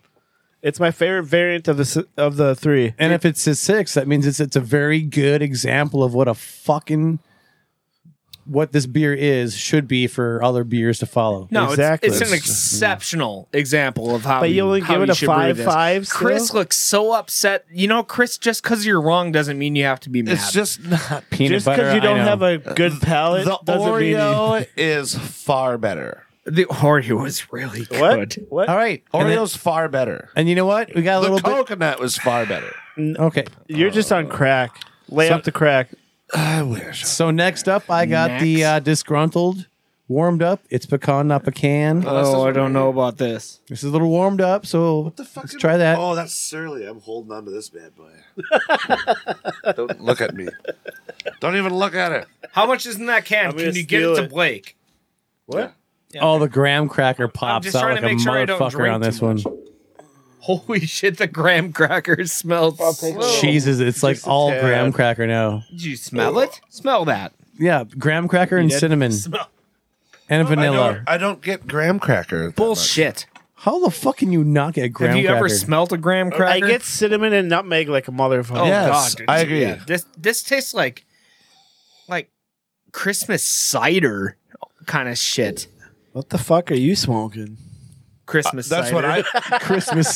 E: It's my favorite variant of the s- of the three.
C: And if it's a six, that means it's it's a very good example of what a fucking what this beer is should be for other beers to follow.
A: No,
E: Exactly.
A: it's, it's an exceptional example of how.
E: But you only
A: how
E: give it a
A: should brew
E: five-
A: this.
E: five still?
A: Chris looks so upset. You know, Chris, just because you're wrong doesn't mean you have to be mad.
D: It's just not.
C: Peanut
E: Just
C: butter,
E: because you
C: I
E: don't
C: know.
E: have a good palate
D: The
E: doesn't mean
D: Oreo is far better.
A: the Oreo was really
E: you, what?
A: good.
E: What?
C: All right, and then-
D: Oreo's far better.
C: And you know what? We got a
D: The
C: little
D: coconut was far better.
C: bit. Okay.
E: You're just on crack. Lay
C: So-
E: up the crack.
D: I wish.
C: So next up, I got the
A: Next.
C: uh, disgruntled, warmed up. It's pecan, not pecan.
A: Oh, I don't know about this.
C: this is a little warmed up, so let's try that.
D: Oh, that's surly. I'm holding on to this bad boy. [LAUGHS] Don't look at me. Don't even look at it.
A: How much is in that can?
E: gonna
A: Can you give
E: steal
A: it to
E: it.
A: Blake?
E: What?
C: All the graham cracker pops
A: just
C: out
A: trying
C: like
A: to
C: a
A: make sure I don't
C: motherfucker
A: drink
C: on this
A: too
C: one.
A: much. Holy shit! The graham crackers smell. so-
C: Jesus, it's like
E: Just a
C: all
E: tad.
C: graham cracker now.
A: Did you smell it? Smell that.
C: Yeah, graham cracker and
E: that
C: cinnamon
A: [LAUGHS] Oh,
C: and
D: I
C: vanilla.
D: don't, I don't get graham cracker. that
A: Bullshit.
C: How the fuck can you not get graham
A: Have you
C: cracker?
A: ever smelt a graham
E: I
A: cracker?
E: get cinnamon and nutmeg like a motherfucker.
A: Oh
D: Yes,
A: god, dude.
D: I agree.
A: this this tastes like like Christmas cider kind of shit.
E: What the fuck are you smoking?
A: Christmas
D: much. That's
A: cider.
D: what I.
C: [LAUGHS] Christmas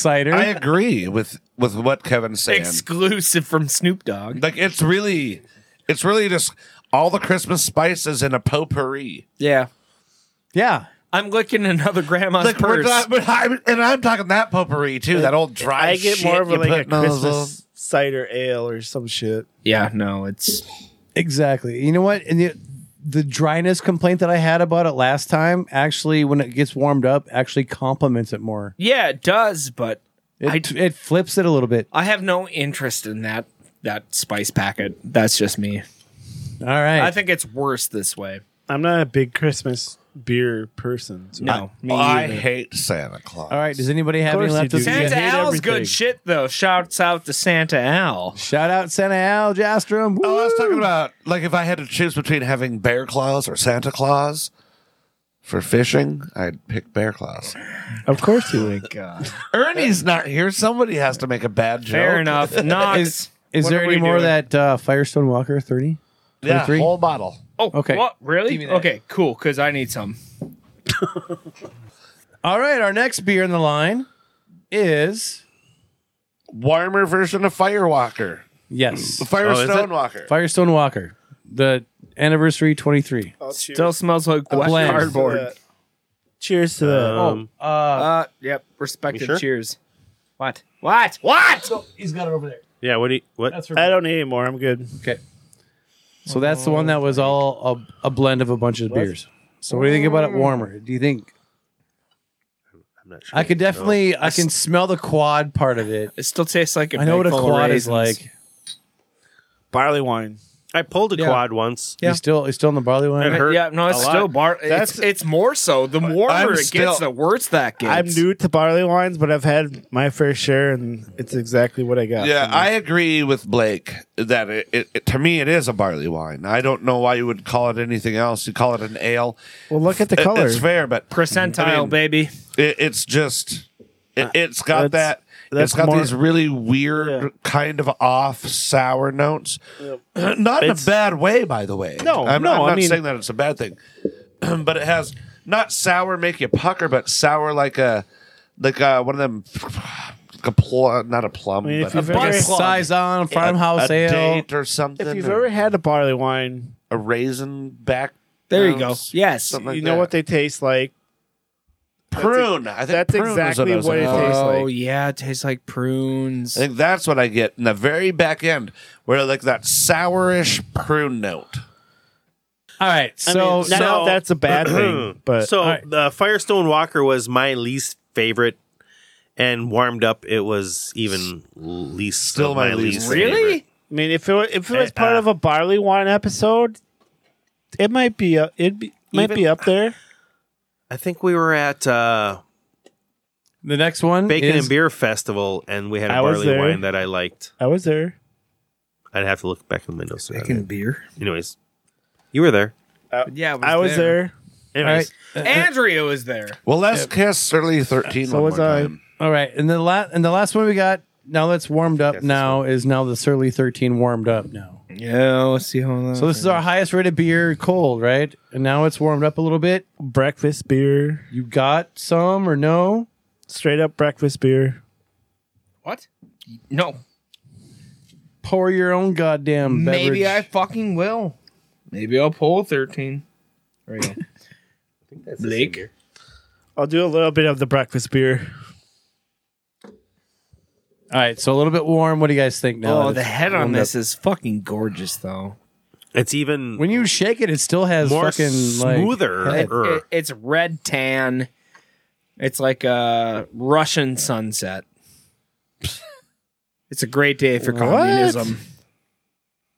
A: [LAUGHS]
C: cider?
D: I agree with with what Kevin's saying.
A: exclusive from Snoop Dogg.
D: like it's really, it's really just all the Christmas spices in a potpourri.
A: Yeah.
C: yeah.
A: I'm looking at another grandma's
D: Like we're
A: purse.
D: not, but I'm, and I'm talking that potpourri too. that old dry.
E: I get
D: shit
E: more of a,
D: you
E: like
D: put
E: a
D: in all those little-
E: Christmas cider ale or some shit.
A: yeah, no, it's
C: Exactly. You know what? And the, the dryness complaint that I had about it last time actually, when it gets warmed up, actually complements it more.
A: Yeah, it does, but
C: It, it flips it a little bit.
A: I have no interest in that that spice packet. That's just me.
C: All right.
A: I think it's worse this way.
E: I'm not a big Christmas beer person. So
A: No, me
D: Oh, I
A: either.
D: hate Santa Claus.
C: All right. Does anybody have any
E: course
C: left?
E: you
C: of
E: do.
C: these?
A: Santa
E: hate
A: Al's
E: everything.
A: good shit though. Shouts out to Santa Al.
C: Shout out Santa Al Jastrom. Woo!
D: Oh, I was talking about like if I had to choose between having Bear Claws or Santa Claus for fishing, I'd pick Bear Claws.
E: Of
A: [LAUGHS]
E: course you would.
A: God.
D: Ernie's not here. Somebody has to make a bad joke.
A: Uh, Fair
D: [LAUGHS]
A: enough.
C: Is,
A: Knox.
C: is
A: What
C: there
A: are
C: any
A: we
C: more of
A: doing?
C: that uh, Firestone Walker 30?
D: Yeah,
C: 23?
D: whole bottle.
A: Oh,
C: Okay.
A: What?
C: Give me
A: Really?
C: that.
A: Okay, cool. Because I need some.
C: All right, our next beer in the line is
D: Warmer version of Firewalker.
C: yes,
A: Oh,
D: Firestone Walker.
C: Firestone Walker, the anniversary 23.
E: I'll cheers.
A: Still smells like wet
C: blend.
A: cardboard.
E: cheers to that.
B: Um,
C: oh, uh,
A: Uh, yep. Respective
B: You sure?
A: cheers. What? What? What?
C: he's got it over there.
B: yeah. What do you, what?
C: That's
E: I don't need any more. I'm good.
C: okay. So that's the one that was all a, a blend of a bunch of beers. So what do you think about it warmer? Do you think
B: I'm not sure.
C: I could
B: No.
C: definitely I can smell the quad part of it.
A: It still tastes like a
C: I know
A: bag
C: what a
A: full of
C: quad
A: raisins.
C: is like.
E: Barley wine.
B: I pulled a
C: Yeah.
B: quad once.
C: Yeah. He's still he's still in the barley
B: It
C: wine.
B: hurt
A: yeah, no, it's
B: a lot.
A: still bar. It's,
D: That's-
A: it's more so. The warmer
D: I'm
A: it
D: still-
A: gets, the worse that gets.
E: I'm new to barley wines, but I've had my fair share, and it's exactly what I got.
D: Yeah, I agree with Blake that it, it, it- to me it is a barley wine. I don't know why you would call it anything else. You call it an ale.
E: Well, look at the
D: It-
E: color.
D: it's fair, but
A: percentile,
D: I mean,
A: baby.
D: it, it's just it, it's got
E: Uh, That's-
D: that.
E: that's
D: it's got
E: more-
D: these really weird
E: Yeah.
D: kind of off sour notes. [CLEARS THROAT] not in a
E: It's-
D: bad way, by the way.
E: No,
D: I'm,
E: no,
D: I'm
E: I
D: not
E: mean-
D: saying that it's a bad thing, [CLEARS THROAT] but it has not sour make you pucker, but sour like a like uh one of them. [SIGHS] like a pl- not a plum,
E: mean, if
D: but
E: you've ever-
D: a,
C: Size on farmhouse
D: a
C: ale.
D: date or something.
E: if you've
D: or-
E: ever had a barley wine,
D: a raisin back.
A: There you go.
D: notes,
A: Yes.
D: something like
E: you know
D: that.
E: what they taste like.
D: prune. I think
E: that's
D: prune was
E: exactly
D: I was
E: what it
D: looking for.
E: tastes
A: Oh
E: like-
A: yeah, it tastes like prunes.
D: I think that's what I get in the very back end, where like that sourish prune note.
C: All right. So
E: I mean,
C: so
E: not that that's a bad thing, but
B: hmm. so
C: Alright.
B: the Firestone Walker was my least favorite, and warmed up it was even least
D: Still
B: of
D: my least favorite.
B: favorite.
E: I mean, if it were, if it was
C: Eh,
B: Uh,
E: part
B: uh.
E: of a barley wine episode, it might be uh, it be, might
B: Even-
E: be up
C: [LAUGHS]
E: there.
B: I think we were at uh,
C: the next one
B: Bacon
C: is
B: and Beer Festival, and we had a
E: I was
B: barley
E: there.
B: wine that I liked.
E: I was there.
B: I'd have to look back in the windows. to that.
A: beer.
B: Anyways, you were there.
A: Yeah,
E: I was there.
C: All right.
B: Anyways,
A: Andrea was there.
D: Well, let's kiss Surly Thirteen
E: So
D: one
E: was
D: more
E: I.
D: time.
C: All right, and the last and the last one we got now that's warmed up
B: Yes, this
C: now is now the Surly Thirteen warmed up now.
A: Yeah, let's see how long.
C: So this is our highest rated beer cold, right? And now it's warmed up a little bit.
E: Breakfast beer,
C: You got some or no?
E: straight up breakfast beer.
A: what? No,
C: Pour your own goddamn beverage.
A: maybe I fucking will. Maybe I'll pull thirteen. There [LAUGHS] you go. Blake.
E: I'll do a little bit of the breakfast beer.
C: All right, so a little bit warm. What do you guys think now?
A: Oh,
C: that
A: the
C: it's
A: head on
C: warmed up?
A: this is fucking gorgeous, though.
B: it's even
C: When you shake it, it still has
B: more
C: fucking like,
B: smoother.
C: head.
B: er.
A: It- it's red tan. It's like a Russian sunset. It's a great day for communism.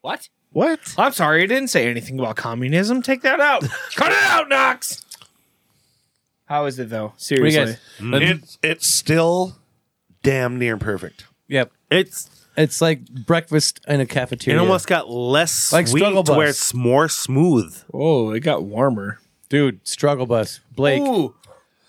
A: What?
E: What?
A: I'm sorry, I didn't say anything about communism. Take that
C: [LAUGHS]
A: out. Cut it out, Knox. How is it though?
C: What do
A: Seriously, Mm.
C: you guys?
D: It's it's still damn near perfect.
C: Yep,
B: It's
C: it's like breakfast in a cafeteria.
B: it almost got less
C: Like
B: sweet
C: Struggle
B: to where
C: Bus.
B: it's more smooth.
A: oh, it got warmer.
C: dude, struggle bus, Blake,
A: Ooh,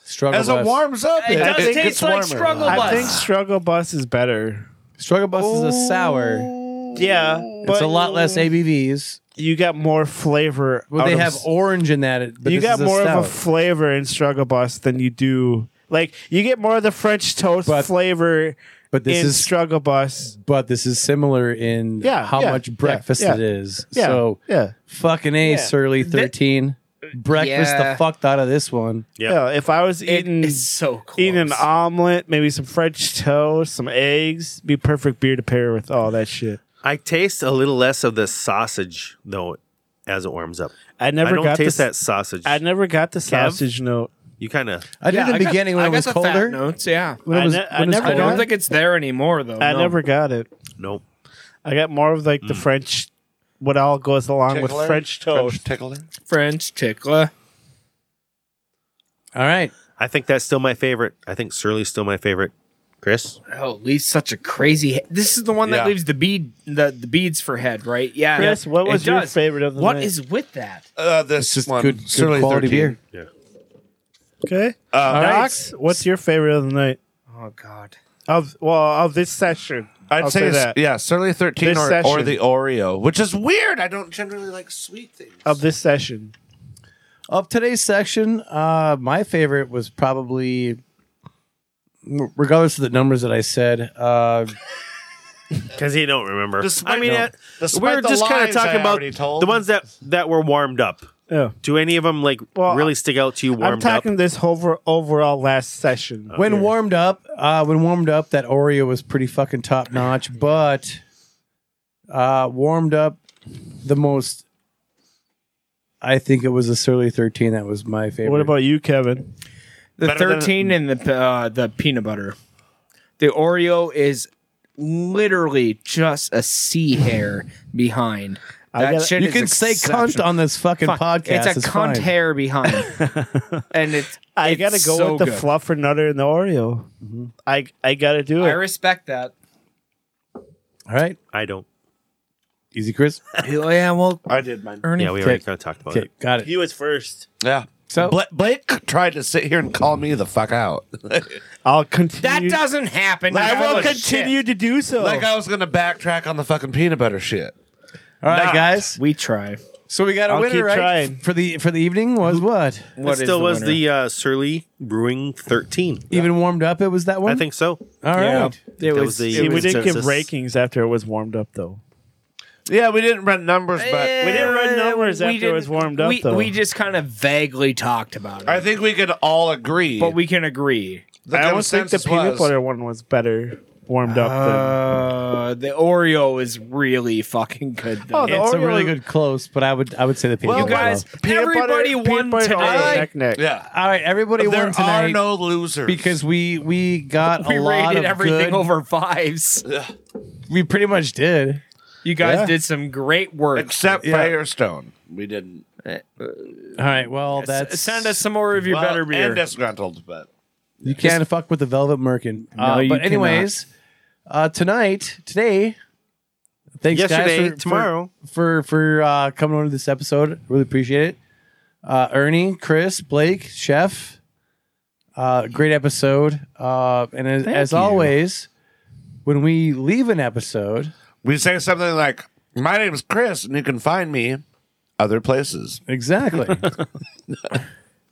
C: struggle
D: As
C: bus.
D: it warms up,
A: It
D: it,
A: does
D: it
A: taste
D: gets
A: like
D: warmer.
C: Oh,
A: struggle
E: I
A: bus.
E: think struggle bus is better.
C: struggle bus is a sour.
E: Yeah, but
C: it's a lot less ABVs.
E: You got more flavor.
C: Well,
E: out
C: they
E: of
C: have
E: s-
C: orange in that. it- But
E: you
C: this
E: got
C: is
E: more of a
C: stout.
E: flavor in struggle bus than you do. Like you get more of the French toast
C: But-
E: flavor
C: but this
E: in
C: is
E: struggle bus.
C: but this is similar in
E: Yeah,
C: how
E: yeah,
C: much
E: yeah,
C: breakfast
E: yeah.
C: it is.
E: Yeah,
C: So
E: yeah,
C: fucking a
E: Yeah.
C: surly thirteen breakfast
A: Yeah.
C: the fucked out of this one.
E: yeah. If I was
A: it
E: eating
A: is so close.
E: eating an omelet, maybe some French toast, some eggs, be perfect beer to pair with all that shit.
B: I taste a little less of the sausage though as it warms up.
E: I never
B: I don't
E: got
B: taste
E: the,
B: that sausage.
E: I never got the sausage note.
B: you kind of
C: I did in the beginning when it was colder.
A: notes, yeah.
C: When it
E: I
C: was,
E: ne-
C: when
E: I
C: it was
E: never
A: I
C: colder.
A: don't think it's there anymore though.
E: I
A: Oh, no.
E: never got it.
B: nope.
E: I got more of like the French, what all goes along
D: Tickler?
E: with French toast.
D: French tickler.
A: French tickler.
C: All right.
B: I think that's still my favorite. I think Surly's still my favorite. Chris,
A: Oh, it leaves such a crazy. He- this is the one that
D: Yeah.
A: leaves the bead, the, the beads for head, right? Yeah.
E: Chris, what
A: It
E: was your
A: does.
E: favorite of the
A: What
E: night?
A: is with that?
D: Uh, this
C: It's just
D: one,
C: good, good
D: Surly
C: quality
D: 13.
C: beer.
E: okay?
D: Uh,
E: Knox, what's your favorite of the night?
A: Oh God.
E: Of well, of this session,
D: I'd
E: I'll
D: say, s-
E: that
D: yeah, Surly Thirteen
E: This
D: or, or
E: session.
D: the Oreo, which is weird. I don't generally like sweet things.
E: of this session.
C: Of today's section, uh, my favorite was probably, regardless of the numbers that I said, uh,
B: because he don't remember.
D: Despite-
B: I mean,
D: no.
B: uh,
D: Despite
B: we're
D: the
B: just kind of
D: lies I
B: talking about
D: already told.
B: the ones that that were warmed up.
E: Yeah.
B: Do any of them like
E: Well,
B: really stick out to you
E: I'm
B: warmed up?
E: talking this over overall last session.
C: when
E: Here.
C: warmed up, uh, when warmed up, that Oreo was pretty fucking top notch. But uh, warmed up, the most, I think it was a Surly Thirteen that was my favorite.
E: What about you, Kevin?
A: The
D: Better than-
A: thirteen and the uh, the peanut butter. The Oreo is literally just a sea hair behind. That
E: gotta-
A: shit
C: You
A: is
C: can say cunt
A: exceptional.
C: on this fucking
A: Fuck,
C: podcast.
A: It's a cunt
C: fine.
A: hair
C: [LAUGHS]
A: behind, and it's
E: I
A: it's
E: gotta go
A: so
E: with the
A: good.
E: fluffer nutter and the Oreo. I I gotta do
A: I
E: it.
A: respect that.
C: All right,
B: I don't.
C: easy, Chris.
A: oh yeah, well,
D: I did mine.
A: Ernie.
B: Yeah, we already kind of talked about
C: Okay,
B: it.
C: got it.
E: He was first.
D: Yeah.
C: So-
D: Bla- Blake tried to sit here and call me the fuck out.
E: I'll
A: That
E: continue.
A: doesn't happen.
E: I
A: You're
E: will
A: full of
E: continue
A: shit.
E: to do so.
D: like I was gonna backtrack on the fucking peanut butter shit.
C: All right,
D: Nah.
C: guys.
A: We try.
C: So we got a
E: I'll
C: winner,
E: keep
C: right?
E: trying.
C: For the for the evening was what?
A: What
B: it still was
A: winner?
B: the uh, Surly Brewing 13.
C: Even warmed up, it was that one.
B: I think so.
C: All right.
A: Yeah. It
B: That
A: was,
B: was the-
E: See,
A: it
E: we
A: was
E: didn't give
B: Texas.
E: rankings after it was warmed up, though.
D: Yeah, we didn't run numbers, but
E: We didn't run numbers
A: We
E: after it
A: didn't-
E: was warmed up,
A: We,
E: though.
A: we just kind of vaguely talked about it,
D: I think we could all agree.
A: but we can agree.
D: the
E: I almost think the
D: consensus
E: peanut
D: was-
E: butter one was better warmed up.
A: Uh, the Oreo is really fucking good. Though.
E: Oh, the
C: It's a
E: Oreo-
C: really good close, but I would I would say the peanut
A: you
C: butter.
A: guys,
C: though.
E: than Oh, peanut
A: everybody
E: butter,
A: won
E: peanut butter, Oreo
A: today.
E: neck, neck.
D: Yeah,
C: All right, everybody
D: there
C: won tonight
D: are no losers
C: because we we
A: [LAUGHS]
C: got
A: We
C: a lot
A: [LAUGHS] rated
C: of
A: everything
C: good.
A: over fives.
C: We pretty much did.
A: You guys
E: Yeah.
A: did some great work.
D: except
C: Yeah.
D: Firestone. We didn't.
C: All right, well that's
A: S- send us some more of Eh, your
D: Well,
A: better beer.
D: and disgruntled, but
C: You can't fuck with the Velvet Merkin.
A: No,
C: Uh,
A: you
C: but anyways, uh, tonight, today, thanks
B: Yesterday,
C: guys for,
B: tomorrow.
C: for for, for uh, coming on to this episode. Really appreciate it. Uh, Ernie, Chris, Blake, Chef, uh, great episode. Uh, and as, as
A: you.
C: always, when we leave an episode,
D: we say something like, "My name's Chris, and you can find me other places."
C: exactly. [LAUGHS]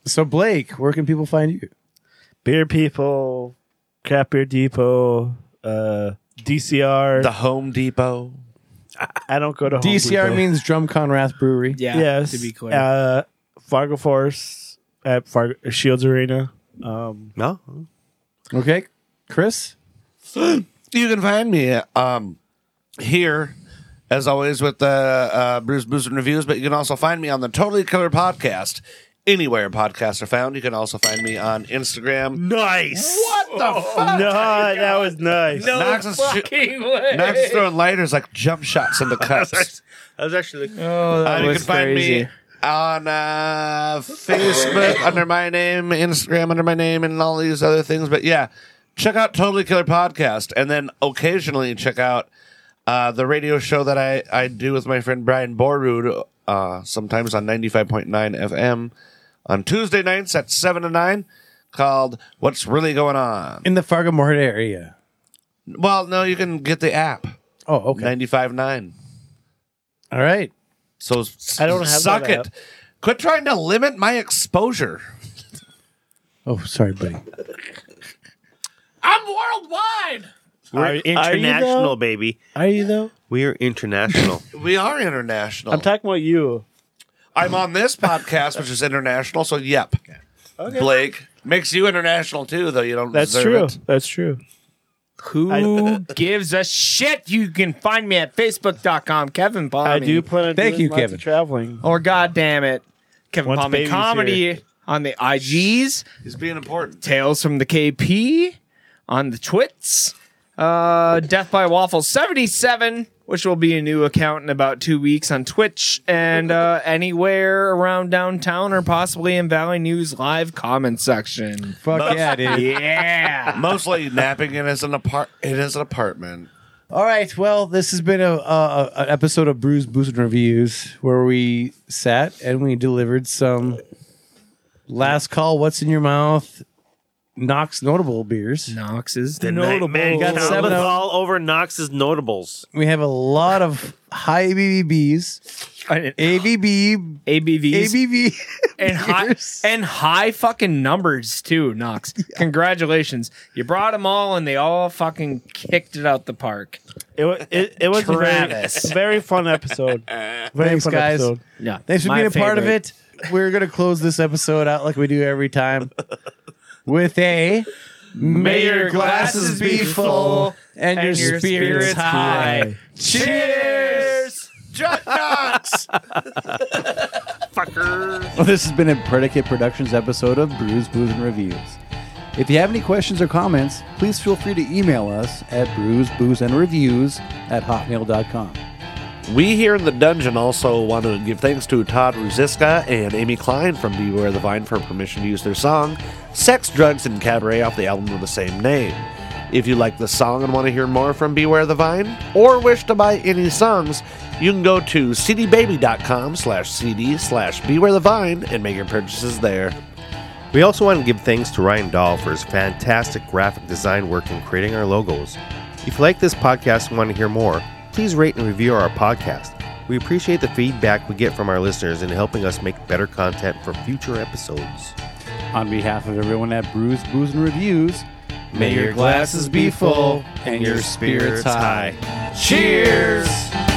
C: so Blake, where can people find you?
E: Beer people, crap beer depot, uh, DCR.
D: The Home Depot.
E: I don't go to Home
C: DCR
E: Depot.
C: means Drum Conrath Brewery.
A: yeah,
E: yes.
A: to be clear.
E: uh, Fargo Force at Fargo, Shields Arena. Um,
B: No.
C: Okay, Chris.
D: You can find me um, here, as always, with the uh, Bruce Booze and Reviews, but you can also find me on the Totally Killer Podcast. Anywhere podcasts are found. You can also find me on Instagram.
B: Nice.
D: What the fuck?
E: no, that was nice.
A: [LAUGHS]
D: Knox is, Knox is throwing lighters like jump shots
B: [LAUGHS]
D: into cups.
B: [LAUGHS] That was actually
A: oh,
D: Uh,
A: that
D: you
A: was
D: can find
A: crazy.
D: me on uh, Facebook under my name, Instagram under my name, and all these other things. But yeah, check out Totally Killer Podcast, and then occasionally check out uh, the radio show that I, I do with my friend Brian Borud, uh, sometimes on 95.9 FM on Tuesday nights at 7 to 9, called What's Really Going On.
C: In the Fargo Moorhead area.
D: Well, no, you can get the app,
C: Oh, okay.
D: 95.9.
C: All right.
D: So
E: I don't have
D: suck
E: that
D: it. Quit trying to limit my exposure.
C: Oh, sorry, buddy.
D: I'm worldwide.
B: we're
E: Are- are you
B: international,
E: though?
B: baby.
E: Are you though?
B: We are international.
D: We are international.
E: I'm talking about you.
D: I'm on this podcast, which is international. So, yep. Blake makes you international too, though you don't.
E: That's
D: deserve
E: true.
D: It.
E: That's true.
A: Who
E: [LAUGHS]
A: gives a shit? You can find me at facebook.com, Kevin Palmy.
E: I, do plan on
C: Thank
E: doing
C: you,
E: lots
C: Kevin.
E: Of traveling.
A: Or goddamn it, Kevin
E: Once
A: Palmy
E: baby's
A: comedy
E: here.
A: on the IGs,
D: He's being important.
A: Tales from the KP on the Twits, uh, Death by Waffle 77, which will be a new account in about two weeks on Twitch and uh, anywhere around downtown or possibly in Valley News live comment section.
C: Fuck yeah,
A: [LAUGHS]
C: dude.
A: Yeah.
D: Mostly napping in his an apart in his apartment.
C: All right. Well, this has been a, a, a- an episode of Brews, Boost, and Reviews where we sat and we delivered some last call, what's in your mouth, Knox notable beers.
A: Knox is
B: The
A: notable. oh
B: Nightman
C: Got
B: Count
C: seven
B: was
C: of-
B: all over Knox's notables.
C: We have a lot of high BBBs.
A: and
C: ABB,
A: ABVs [LAUGHS]
C: ABV,
A: and high
C: beers.
A: and high fucking numbers too,
C: [LAUGHS]
A: Knox. Congratulations, you brought them all, and they all fucking kicked it out the park.
E: It was it, it was a very,
A: Travis.
E: very fun episode. Very
C: Thanks,
E: fun
C: guys.
E: episode.
A: Yeah,
C: Thanks for
A: my
C: being a part of
A: favorite.
C: it. We're gonna close this episode out like we do every time with a
A: May your glasses be full
C: and, your, spirits, high.
A: Cheers.
F: Well, this has been a Predicate Productions episode of Brews, Booze, and Reviews. If you have any questions or comments, please feel free to email us at brews, booze, and reviews at hotmail.com.
D: We here in the dungeon also want to give thanks to Todd Ruziska and Amy Klein from Beware the Vine for permission to use their song, Sex, Drugs, and Cabaret off the album of the same name. If you like the song and want to hear more from Beware the Vine, or wish to buy any songs, you can go to cdbaby.com slash cd slash beware the vine and make your purchases there.
B: We also want to give thanks to Ryan Dahl for his fantastic graphic design work in creating our logos. If you like this podcast and want to hear more, please rate and review our podcast. We appreciate the feedback we get from our listeners in helping us make better content for future episodes.
F: On behalf of everyone at Brews, Booze, and Reviews,
B: May your glasses be full and your spirits high.
F: Cheers!